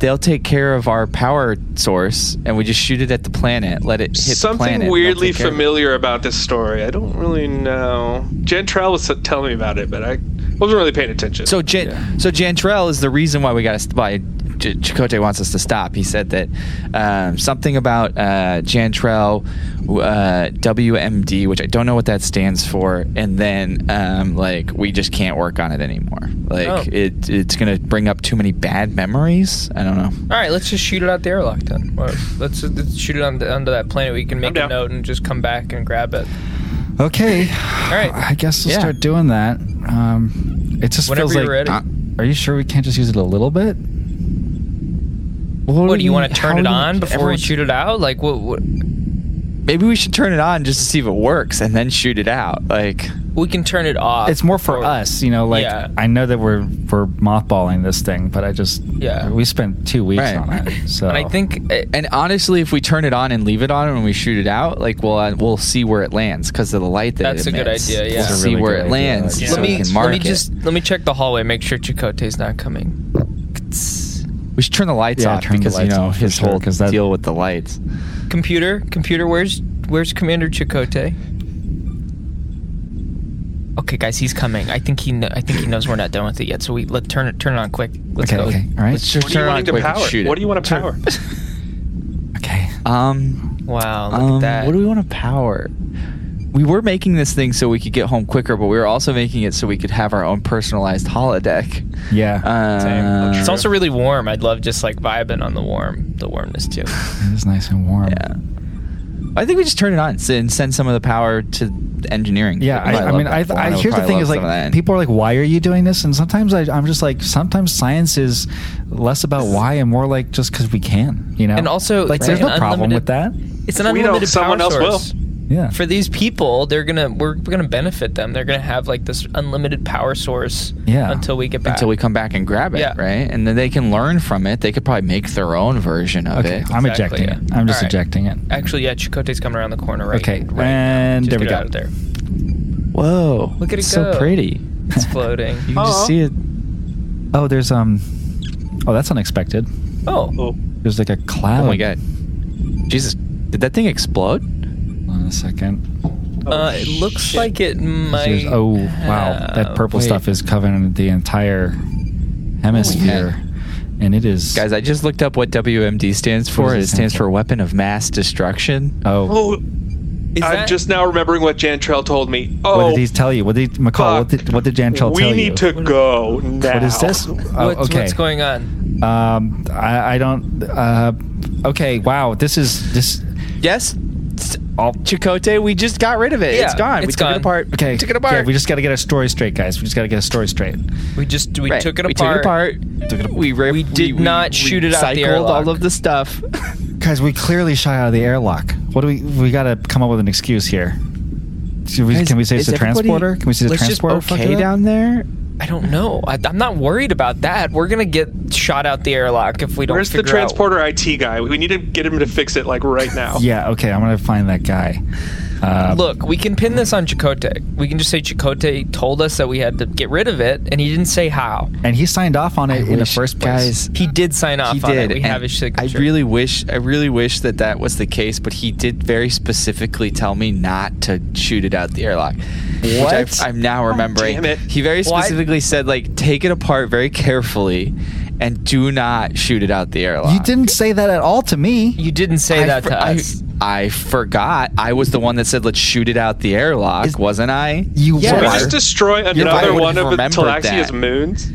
they'll take care of our power source and we just shoot it at the planet let it hit the
Something
planet and they'll
weirdly
take care of it.
familiar about this story. I don't really know. Jantrell was telling me about it, but I wasn't really paying attention.
so Jan, so Jantrell is the reason why we got to why Ch- Chakotay wants us to stop. He said that um, something about uh, Jantrell uh, WMD, which I don't know what that stands for, and then um, like we just can't work on it anymore. Like
Oh.
it, it's gonna bring up too many bad memories. I don't know.
All right, let's just shoot it out the airlock then. Or let's, let's shoot it on the, onto that planet. We can make a note and just come back and grab it.
Okay.
All right.
I guess we'll
Yeah.
start doing that. Um, it just
Whenever
feels
you're
like.
ready.
uh, are you sure we can't just use it a little bit?
What do you want to
Mm, how
turn it
do you-
on before we
everyone's-
shoot it out? Like what? what
Maybe we should turn it on just to see if it works, and then shoot it out. Like
we can turn it off.
It's more for us, you know. Like
Yeah.
I know that we're we're mothballing this thing, but I just
Yeah.
we spent two weeks
Right.
on it. So
Oh.
And I think, uh, and honestly, if we turn it on and leave it on when we shoot it out, like we'll uh, we'll see where it lands because of the light that
That's
it
a good
emits.
idea, yeah.
We'll
That's a
see
really
where
good idea.
it lands.
Yeah.
So
Let
we
me
can mark
let me
it.
just let me check the hallway. Make sure Chakotay's not coming.
We should turn the lights
Yeah,
off
turn the
because
lights
you know
off for
his
sure,
whole
'cause that-
deal with the lights.
Computer, computer, where's where's Commander Chakotay? Okay, guys, he's coming. I think he kn- I think he knows we're not done with it yet. So we let turn it turn it on quick. Let's
okay,
go.
okay, all right.
Let's just
What do you
turn it
want
on
to
quick and
power?
shoot it.
What do you want to power?
okay.
Um,
Wow, look
um,
at that.
what do we want to power? We were making this thing so we could get home quicker, but we were also making it so we could have our own personalized holodeck.
Yeah.
Uh,
it's also really warm. I'd love just like vibing on the warm, the warmness too.
it is nice and warm.
Yeah. I think we just turn it on and send some of the power to the engineering.
Yeah,
They'd
I, I
probably
mean,
love
I, I
that. Lana would
hear the
probably
thing
love
is
some of that.
like people are like, "Why are you doing this?" And sometimes I, I'm just like, sometimes science is less about why and more like just because we can, you know.
And also,
like,
it's
there's
like
no
an
problem with that.
It's an
We
unlimited
don't,
power
someone else will.
source.
Yeah,
For these people, they're gonna we're gonna benefit them. They're gonna have like this unlimited power source.
Yeah.
Until we get back.
until we come back and grab it,
Yeah.
right? And then they can learn from it. They could probably make their own version of
okay.
it.
I'm
Exactly,
ejecting it.
yeah.
I'm just
All right.
ejecting it.
Actually, yeah, Chakotay's coming around the corner right.
Okay,
right
and
now. Just
there we
get
go.
Out of there.
Whoa!
Look at it
it's
go.
So pretty.
It's floating.
You can just see it.
Oh, there's um, oh that's unexpected.
oh,
There's like a cloud.
Oh my god! Jesus, did that thing explode?
Hold on a second.
Oh,
uh, it looks like it might.
There's- oh wow, that
have-
purple stuff is covering the entire hemisphere, and it is
Guys, I just looked up what WMD stands for.
does it
It
stand
stands for
for?
Weapon of Mass Destruction.
Oh,
Oh,
Is
I'm
that-
just now remembering what Jantrell told me.
what
Oh,
did he tell you? What did he, McCall? What
fuck.
did, what did Jantrell
we
tell you?
need to go now.
What is this? Oh,
What's,
okay.
what's going on?
Um, I, I don't. Uh, okay. Wow. This is this.
Yes, all Chicote. We just got rid of it.
Yeah,
it's gone. we
it's
took
gone.
it apart.
Okay.
took it
okay,
apart.
we just got to get our story straight, guys. We just got to get a story straight.
We just we
Right.
took it apart.
We took it apart. We, ripped-
did not shoot it out the
recycled
airlock.
all of the stuff.
Guys, we clearly shot out of the airlock. What do we? We got to come up with an excuse here. Should we-
Guys,
can we say it's the
is everybody-
transporter? Can we see the
let's just
transporter? fucked
okay
it up?
down there?
I don't know. I, I'm not worried about that. We're gonna get shot out the airlock if we don't.
Where's the
figure out-
transporter IT guy? We need to get him to fix it like right now.
Yeah. Okay. I'm gonna find that guy. Uh,
Look, we can pin this on Chakotay. We can just say Chakotay told us that we had to get rid of it, and he didn't say how.
and he signed off on it in the
wish-
first place.
guys,
He did sign off
he
on
did.
it. We
and
have his signature.
I really wish. I really wish that that was the case, but he did very specifically tell me not to shoot it out the airlock. Which
What?
I, I'm now remembering.
damn it.
He very
Why-
specifically said, like, take it apart very carefully, and do not shoot it out the airlock.
You didn't say that at all to me.
you didn't say
I
that
for-
to
I-
us.
I forgot. I was the one that said, "Let's shoot it out the airlock,"
Is-
wasn't I?
You
Yeah.
Did we
were.
just destroy
I
another
would've
one of the
remembered
Talaxia's
that.
moons?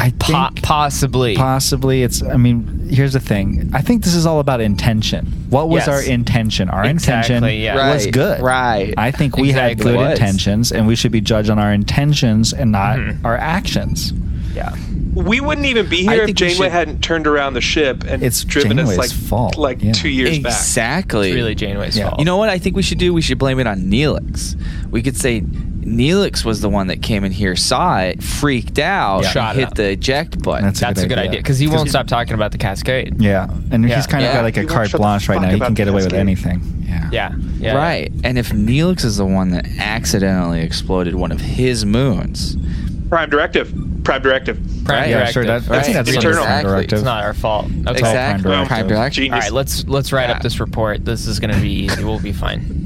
I
Po-
think-
possibly.
Possibly, it's. I mean, here's the thing. I think this is all about intention. What was
Yes.
our intention? Our
Exactly,
intention
yeah.
was
Right,
good.
right.
I think we had
Exactly.
good
Was.
intentions, and we should be judged on our intentions and not our actions.
yeah.
We wouldn't even be here if
think we
Janeway
should-
hadn't turned around the ship and
It's
driven us
Janeway's
like
fault,
like
yeah.
two years back.
Exactly.
It's really Janeway's
Yeah.
fault.
You know what I think we should do? We should blame it on Neelix. We could say Neelix was the one that came in here, saw it, freaked out,
Yeah. Shot it
hit
up.
the eject button.
That's
that's a good idea because he won't stop talking about the cascade.
Yeah, and
Yeah.
he's kind of
Yeah.
got like a
You won't
carte
shut the
blanche right
fuck
now. He
about
can get
the
away with
cascade.
anything. Yeah.
Yeah. yeah
right. And if Neelix is the one that accidentally exploded one of his moons,
Prime directive. Prime directive.
Prime
Right.
Yeah, sure. That,
directive.
I think
Right.
that's
Eternal.
understandable.
Exactly.
directive.
It's not our fault. Okay.
exactly.
Prime
Prime directive.
Genius.
All right, let's let's write
Yeah.
up this report. This is going to be easy. We'll be fine.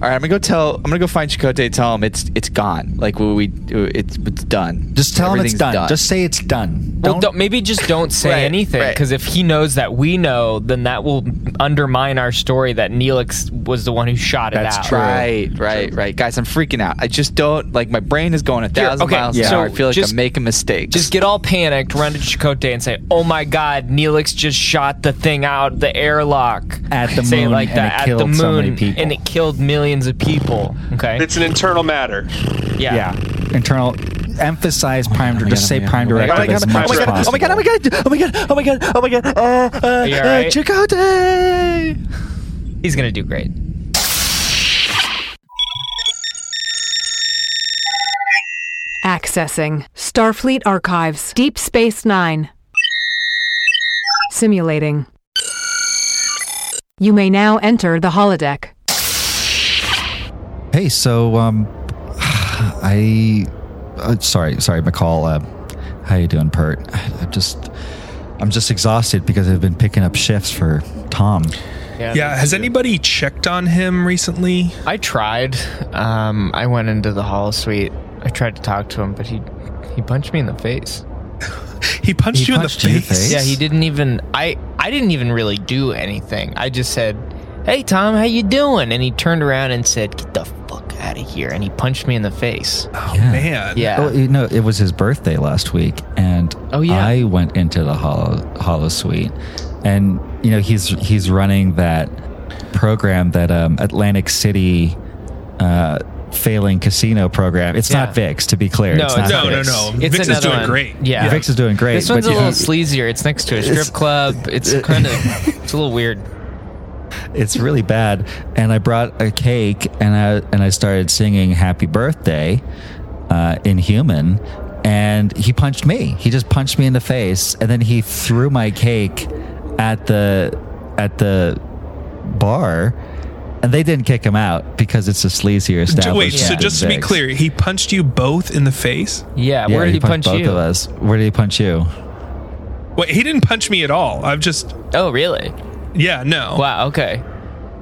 All right, I'm gonna go tell. I'm gonna go find Chakotay. and Tell him it's it's gone. Like we, we it's it's done.
Just tell him it's
Everything's
done. Just say it's done.
Well, don't, maybe just don't say
Right,
anything
right.
because if he knows that we know, then that will undermine our story that Neelix was the one who shot it out.
Right, right, right, guys. I'm freaking out. I just don't like my brain is going a
Here,
thousand
okay,
miles
yeah.
an
so
hour. I feel like
just-
I'm making mistakes.
Just get all panicked, run to Chakotay, and say, "Oh my God, Neelix just shot the thing out the airlock
At the
say it
moon,
like
and
that,
it
at the
killed
moon,
so many people.
and it killed millions of people." Okay,
It's an internal matter.
yeah.
Yeah. Internal. Emphasize prime. dir- just say prime
oh my
directive
God,
as
oh my
much as
God,
possible.
oh my God, oh my God, oh my God, oh my God, oh my God, uh, uh,
Are you
uh,
alright?
Chakotay!
He's gonna do great.
Accessing Starfleet Archives, Deep Space Nine. Simulating. You may now enter the holodeck.
Hey, so um, I, uh, sorry, sorry, McCall. Uh, how you doing, Pert? I'm just, I'm just exhausted because I've been picking up shifts for Tom.
Yeah. has anybody checked on him recently?
I tried. Um, I went into the hall suite. I tried to talk to him, but he he punched me in the face.
He punched
He
you
punched you
in
in
the
the
face.
face?
Yeah, he didn't even. I I didn't even really do anything. I just said, "Hey, Tom, how you doing?" And he turned around and said, "Get the fuck out of here!" And he punched me in the face.
Oh man.
Yeah.
Oh, you know, it was his birthday last week, and
Oh, yeah.
I went into the hollow, hollow suite, and you know he's he's running that program that um, Atlantic City uh, failing casino program. It's
Yeah.
not VIX, to be clear.
No,
it's not
it's-
No, no,
VIX.
no.
It's
Vix is
another
doing
one.
great.
Yeah.
VIX is doing great.
This one's a
but
little
he-
sleazier. It's next to a strip
It's-
club. It's kind of it's a little weird.
it's really bad. And I brought a cake and I and I started singing "Happy Birthday" uh, in human, and he punched me. He just punched me in the face, and then he threw my cake at the at the bar. And they didn't kick him out because it's a sleazier
Ju-
establishment.
Wait, so
than
just to be
Vic's.
clear, he punched you both in the face?
Yeah.
yeah,
where did he, punch
punched both
you?
of us. Where did he punch you?
Wait, he didn't punch me at all. I've just
Oh, really?
yeah, no.
Wow. Okay.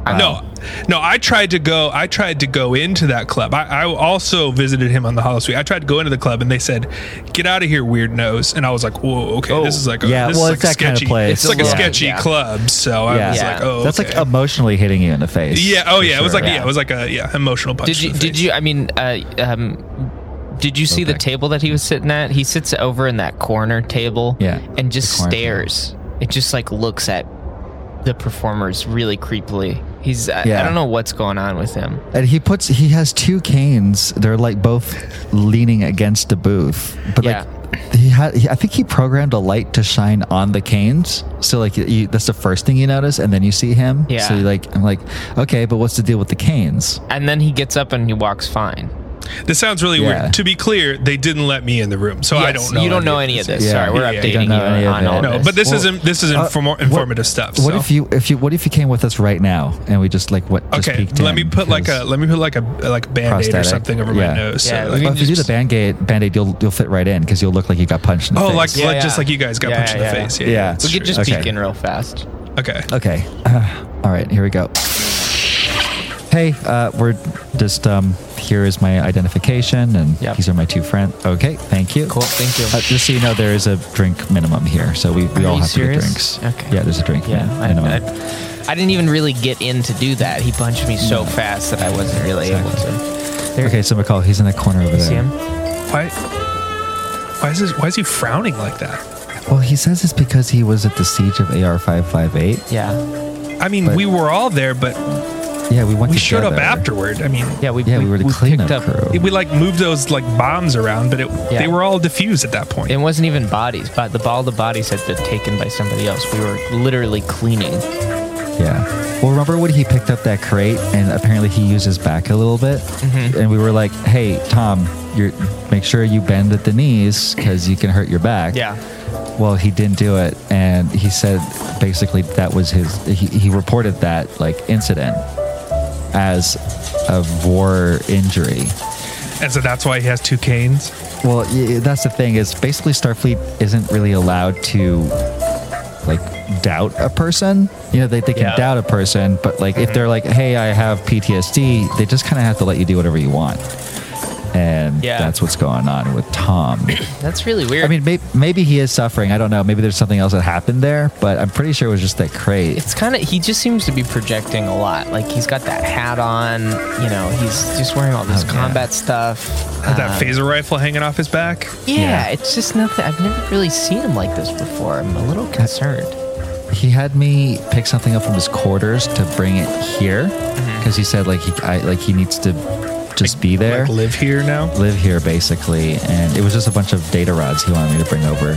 No, no. I tried to go. I tried to go into that club. I, I also visited him on the Hollow Suite. I tried to go into the club, and they said, "Get out of here, weird nose." And I was like, "Whoa, okay, this is like a,
Oh, yeah,
this
well,
is like
it's
a
that
sketchy,
kind of place.
It's, like a
Yeah.
sketchy
Yeah.
club." So I
Yeah,
was like, "Oh,
that's like
okay."
emotionally hitting you in the face.
yeah, oh yeah." It was
sure.
like yeah. it was like a yeah emotional punch.
Did you?
in the
Did
face.
you? I mean, uh, um, did you see the table that he was sitting at? He sits over in that corner table,
Yeah,
and just
corner
stares. It just like looks at the performers really creepily. He's. I, I
Yeah.
don't know what's going on with him.
And he puts he has two canes. They're like both leaning against the booth, but
Yeah.
like he had. He, I think he programmed a light to shine on the canes. So like you, that's the first thing you notice, and then you see him.
Yeah.
So you're like I'm like okay, but what's the deal with the canes?
And then he gets up and he walks fine.
This sounds really
Yeah.
weird. To be clear, they didn't let me in the room, so Oh, I
Yes,
don't know.
You don't know any of this.
Yeah.
Sorry, we're
Yeah,
updating
you
don't know any
you
of
on
it.
all
No,
this.
but this
Well,
is in, this is
uh,
inform-
what-
informative stuff.
What
so.
if you if you what if you came with us right now and we just like what? Just
Okay,
peeked
let
in,
me put like a
'cause-
let me put like a like band aid or
Prosthetic.
something over
Yeah.
my nose. so,
Yeah, we
like,
Oh, if you do the band aid, band aid, you'll you'll fit right in because you'll look like you got punched in the
oh,
face.
like,
Yeah,
like
yeah.
just like you guys got
Yeah,
punched in
yeah.
the face. Yeah,
Yeah.
that's
we could
true.
just
Okay.
peek in real fast.
okay.
Okay. all right, here we go. Hey, uh, we're just um, here is my identification, and
Yep.
these are my two friends. Okay, thank you.
Cool, thank you.
Uh, just so you know, there is a drink minimum here, so we, we
Are
all
you
have
serious?
to get drinks.
Okay.
Yeah, there's a drink
Yeah,
min-
I,
minimum.
I, I didn't even really get in to do that. He punched me
Mm.
so fast that I wasn't really able to.
okay, so McCall, he's in the corner over there.
See him?
Why? Why is this, Why is he frowning like that?
Well, he says it's because he was at the siege of AR five five eight.
Yeah.
I mean,
But-
we were all there, but
Yeah, we went.
we showed up
together.
afterward. I mean,
Yeah, we,
Yeah, we, were the
picked
cleanup
up-
crew.
we like moved those like bombs around, but it,
Yeah.
they were all diffused at that point.
It wasn't even bodies, but the ball the bodies had been taken by somebody else. We were literally cleaning.
Yeah. Well, remember when he picked up that crate and apparently he used his back a little bit, and we were like, "Hey, Tom, you make sure you bend at the knees because you can hurt your back." Well, he didn't do it, and he said basically that was his. He, he reported that like incident as a war injury.
and so that's why he has two canes.
Well, y- that's the thing is basically Starfleet isn't really allowed to like doubt a person. You know, they, they can
Yeah. Mm-hmm.
doubt a person, but like if they're like, hey, I have PTSD, they just kind of have to let you do whatever you want. and
Yeah.
that's what's going on with Tom.
That's really weird.
I mean, may- maybe he is suffering. I don't know. Maybe there's something else that happened there, but I'm pretty sure it was just that crate.
it's kind of he just seems to be projecting a lot. Like he's got that hat on, you know, he's just wearing all this combat stuff.
Had that
Uh,
Um,
phaser rifle hanging off his back.
Yeah, it's just nothing. I've never really seen him like this before. I'm a little concerned.
He had me pick something up from his quarters to bring it here
Mm-hmm.
because he said like he I, like he needs to just be there,
live here now,
live here basically. And it was just a bunch of data rods he wanted me to bring over.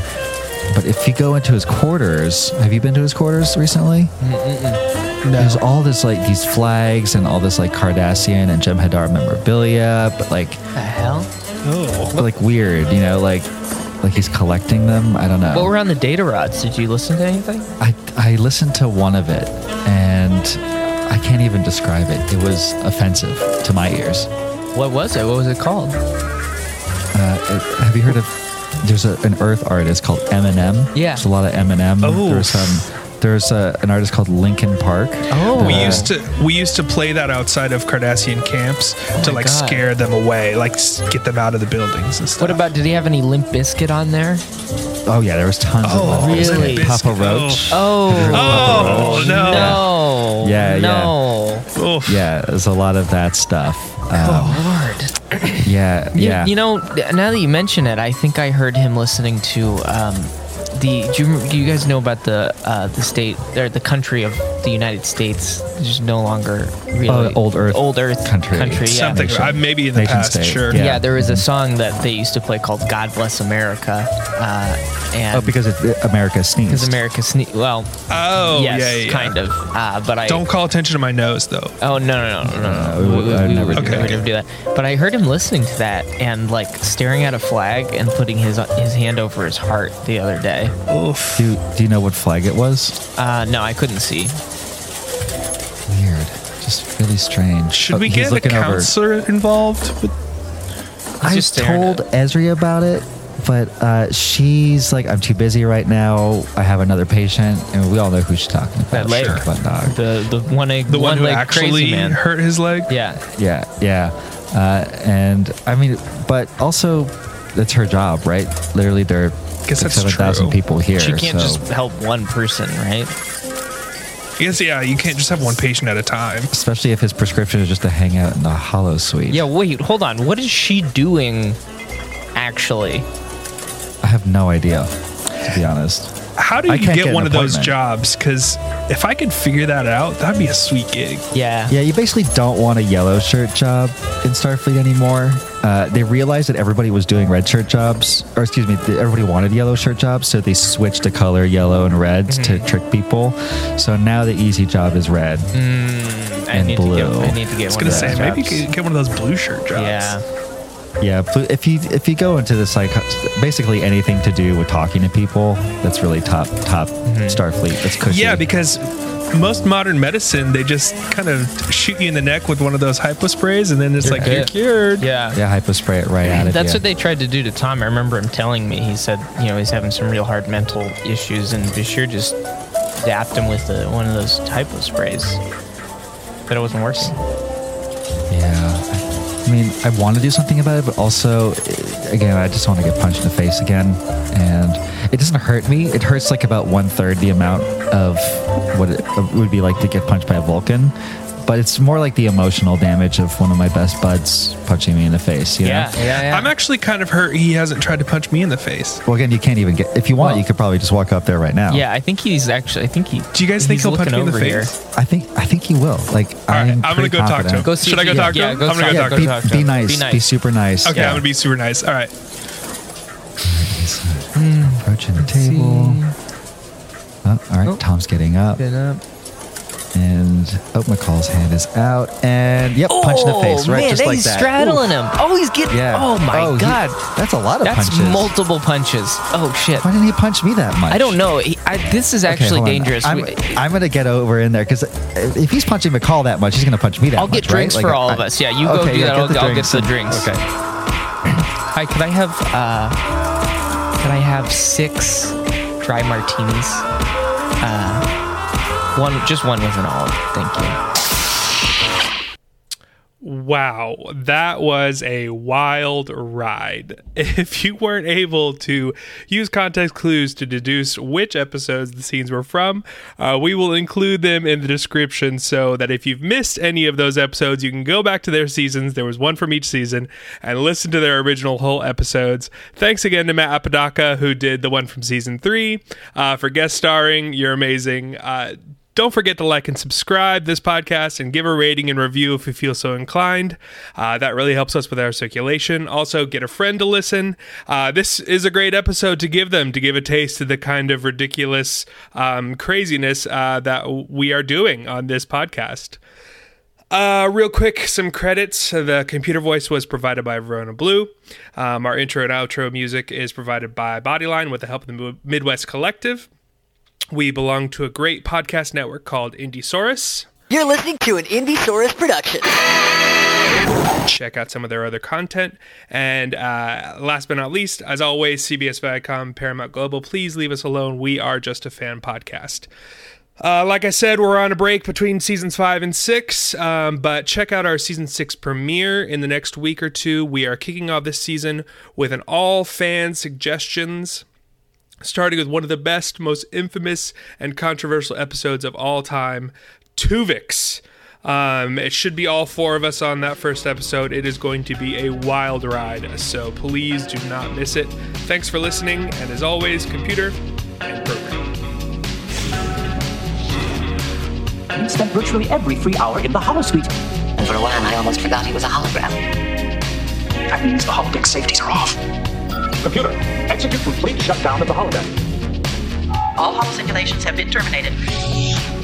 But if you go into his quarters, have you been to his quarters recently? There's all this like these flags and all this like Cardassian and Jem'Hadar memorabilia, but like
The hell?
oh, like weird, you know, like like he's collecting them. I don't know.
What were on the data rods? Did you listen to anything?
I, I listened to one of it and I can't even describe it. It was offensive to my ears.
What was it? What was it called?
Uh, it- have you heard of? There's a, an Earth artist called Eminem.
Yeah.
there's a lot of Eminem.
Oh.
there's some. There's a, an artist called Linkin Park.
Oh,
We used to we used to play that outside of Cardassian camps to
Oh my
like
God.
scare them away, like s- get them out of the buildings and stuff.
What about? Did he have any Limp Biscuit on there?
Oh yeah, there was tons
Oh,
of them.
really?
Papa Roach.
Oh,
Oh no!
no!
Yeah, yeah.
Oh, no.
Oof.
Yeah, there's a lot of that stuff. Um, Lord. Yeah,
Oh. You,
yeah.
you know, now that you mention it, I think I heard him listening to um, the. Do you, do you guys know about the uh, the state or the country of the United States? There's no longer really
Oh, Old Earth
Old Earth
country.
Country. Yeah.
Something
Nation.
I, maybe in the
Nation
past,
state,
sure.
yeah.
yeah.
There was a song that they used to play called "God Bless America," uh, and
oh, because it, America sneezed.
because America sne- well,
Oh,
yes,
yeah, yeah, yeah.
kind of. Uh, but I
Don't call attention to my nose, though.
Oh no no no no! no.
we
We-
would- I'd
we-
never
we
do
would
that.
never do that. But I heard him listening to that and like staring at a flag and putting his his hand over his heart the other day.
Oof.
Do, do you know what flag it was?
Uh, no, I couldn't see.
Weird. Just really strange.
Should
But
we
he's
get a
looking over-
counselor involved? With,
I
just staring
told Ezri about it, but uh, she's like, I'm too busy right now. I have another patient, and we all know who she's talking about.
That lady.
Sure, But uh, dog.
The the one the
the one,
one
who
leg
actually
crazy man.
hurt his leg?
Yeah,
Yeah, yeah. Uh, and I mean, but also, it's her job, right? Literally, there are
Guess
six,
that's
seven thousand
true.
people here.
she
so.
can't just help one person, right?
I guess, yeah, you can't just have one patient at a time.
Especially if his prescription is just to hang out in the hollow suite.
Yeah. Wait, hold on. What is she doing? Actually,
I have no idea, to be honest.
How do
I
you
can't
get,
get an
one of those
appointment.
jobs? Because if I could figure that out, that'd be a sweet gig.
yeah.
Yeah, you basically don't want a yellow shirt job in Starfleet anymore. Uh, they realized that everybody was doing red shirt jobs, or excuse me, that everybody wanted yellow shirt jobs, so they switched to color yellow and red to trick people. So now the easy job is red.
I
and
need to
blue.
get. I need to get
I was
one
gonna
of
say
those
maybe
jobs.
you could get one of those blue shirt jobs.
Yeah.
Yeah, blue, if you if you go into the psych, basically anything to do with talking to people, that's really top top Starfleet. That's cushy.
Yeah, because most modern medicine they just kind of shoot you in the neck with one of those hypo sprays, and then it's like you're
good.
cured.
Yeah.
yeah, hypo spray it right out of
That's
you.
what they tried to do to Tom. I remember him telling me. He said, you know, he's having some real hard mental issues, and Bashir just dapped him with the, one of those typo sprays. But it wasn't worse.
Yeah. I mean, I want to do something about it, but also, eh, again, I just want to get punched in the face again. And it doesn't hurt me. It hurts like about one third the amount of what it would be like to get punched by a Vulcan. But it's more like the emotional damage of one of my best buds punching me in the face. You
Yeah,
Know?
yeah, yeah.
I'm actually kind of hurt. He hasn't tried to punch me in the face.
Well, again, you can't even get. If you want,
Well-
you could probably just walk up there right now.
yeah, I think he's actually. I think he.
Do you guys think
he's
he'll punch
looking
me in the
over here.
face?
I think I think he will. Like,
All right,
I'm,
I'm gonna
pretty
go talk to him.
confident.
Go see
Should
if
I go
he-
talk to
yeah,
him?
go
I'm gonna go
talk-
talk to
Yeah,
go
him.
be,
talk to
be
him.
nice.
Be nice.
Be super nice.
Okay,
Yeah.
I'm gonna be super nice. All right.
Approaching the table. Oh, all right, Tom's getting up. And oh, McCall's hand is out, and yep, punch in the face, right,
Oh, man,
just like
he's
that.
straddling him. Oh, he's getting.
Yeah.
Oh my
he-
god,
that's a lot of
that's
punches.
multiple punches. Oh shit.
Why didn't he punch me that much?
I don't know. He, I, this is
Okay,
actually
hold on.
dangerous.
I'm,
We-
I'm gonna get over in there because if he's punching McCall that much, he's gonna punch me that
I'll
much.
get drinks
right?
for
Like,
all
I-
of us. Yeah, you go
okay,
do
yeah,
that.
get
I'll
the
I'll get the
and-
drinks.
Okay.
Hi, could I have uh, could I have six dry martinis? Uh, one, just one with an olive. Thank you.
wow, that was a wild ride. If you weren't able to use context clues to deduce which episodes the scenes were from, uh, we will include them in the description so that if you've missed any of those episodes, you can go back to their seasons. There was one from each season and listen to their original whole episodes. Thanks again to Matt Apodaca, who did the one from season three, uh, for guest starring. You're amazing. Uh, don't forget to like and subscribe this podcast and give a rating and review if you feel so inclined. Uh, that really helps us with our circulation. Also, get a friend to listen. Uh, this is a great episode to give them to give a taste of the kind of ridiculous um, craziness uh, that we are doing on this podcast. Uh, real quick, some credits. The computer voice was provided by Verona Blue. Um, our intro and outro music is provided by Bodyline with the help of the Mo- Midwest Collective. We belong to a great podcast network called Indiesaurus.
You're listening to an Indiesaurus production.
Check out some of their other content. And uh, last but not least, as always, CBS Viacom, Paramount Global, please leave us alone. We are just a fan podcast. Uh, like I said, we're on a break between seasons five and six, um, but check out our season six premiere in the next week or two. We are kicking off this season with an all fan suggestions starting with one of the best, most infamous, and controversial episodes of all time, Tuvix. Um, it should be all four of us on that first episode. It is going to be a wild ride, so please do not miss it. Thanks for listening, and as always, computer and program.
We spent virtually every free hour in the holosuite.
And for one, I almost forgot he was a hologram.
That means the holodeck safeties are off. Computer, execute complete shutdown of the holodeck.
All hollow simulations have been terminated.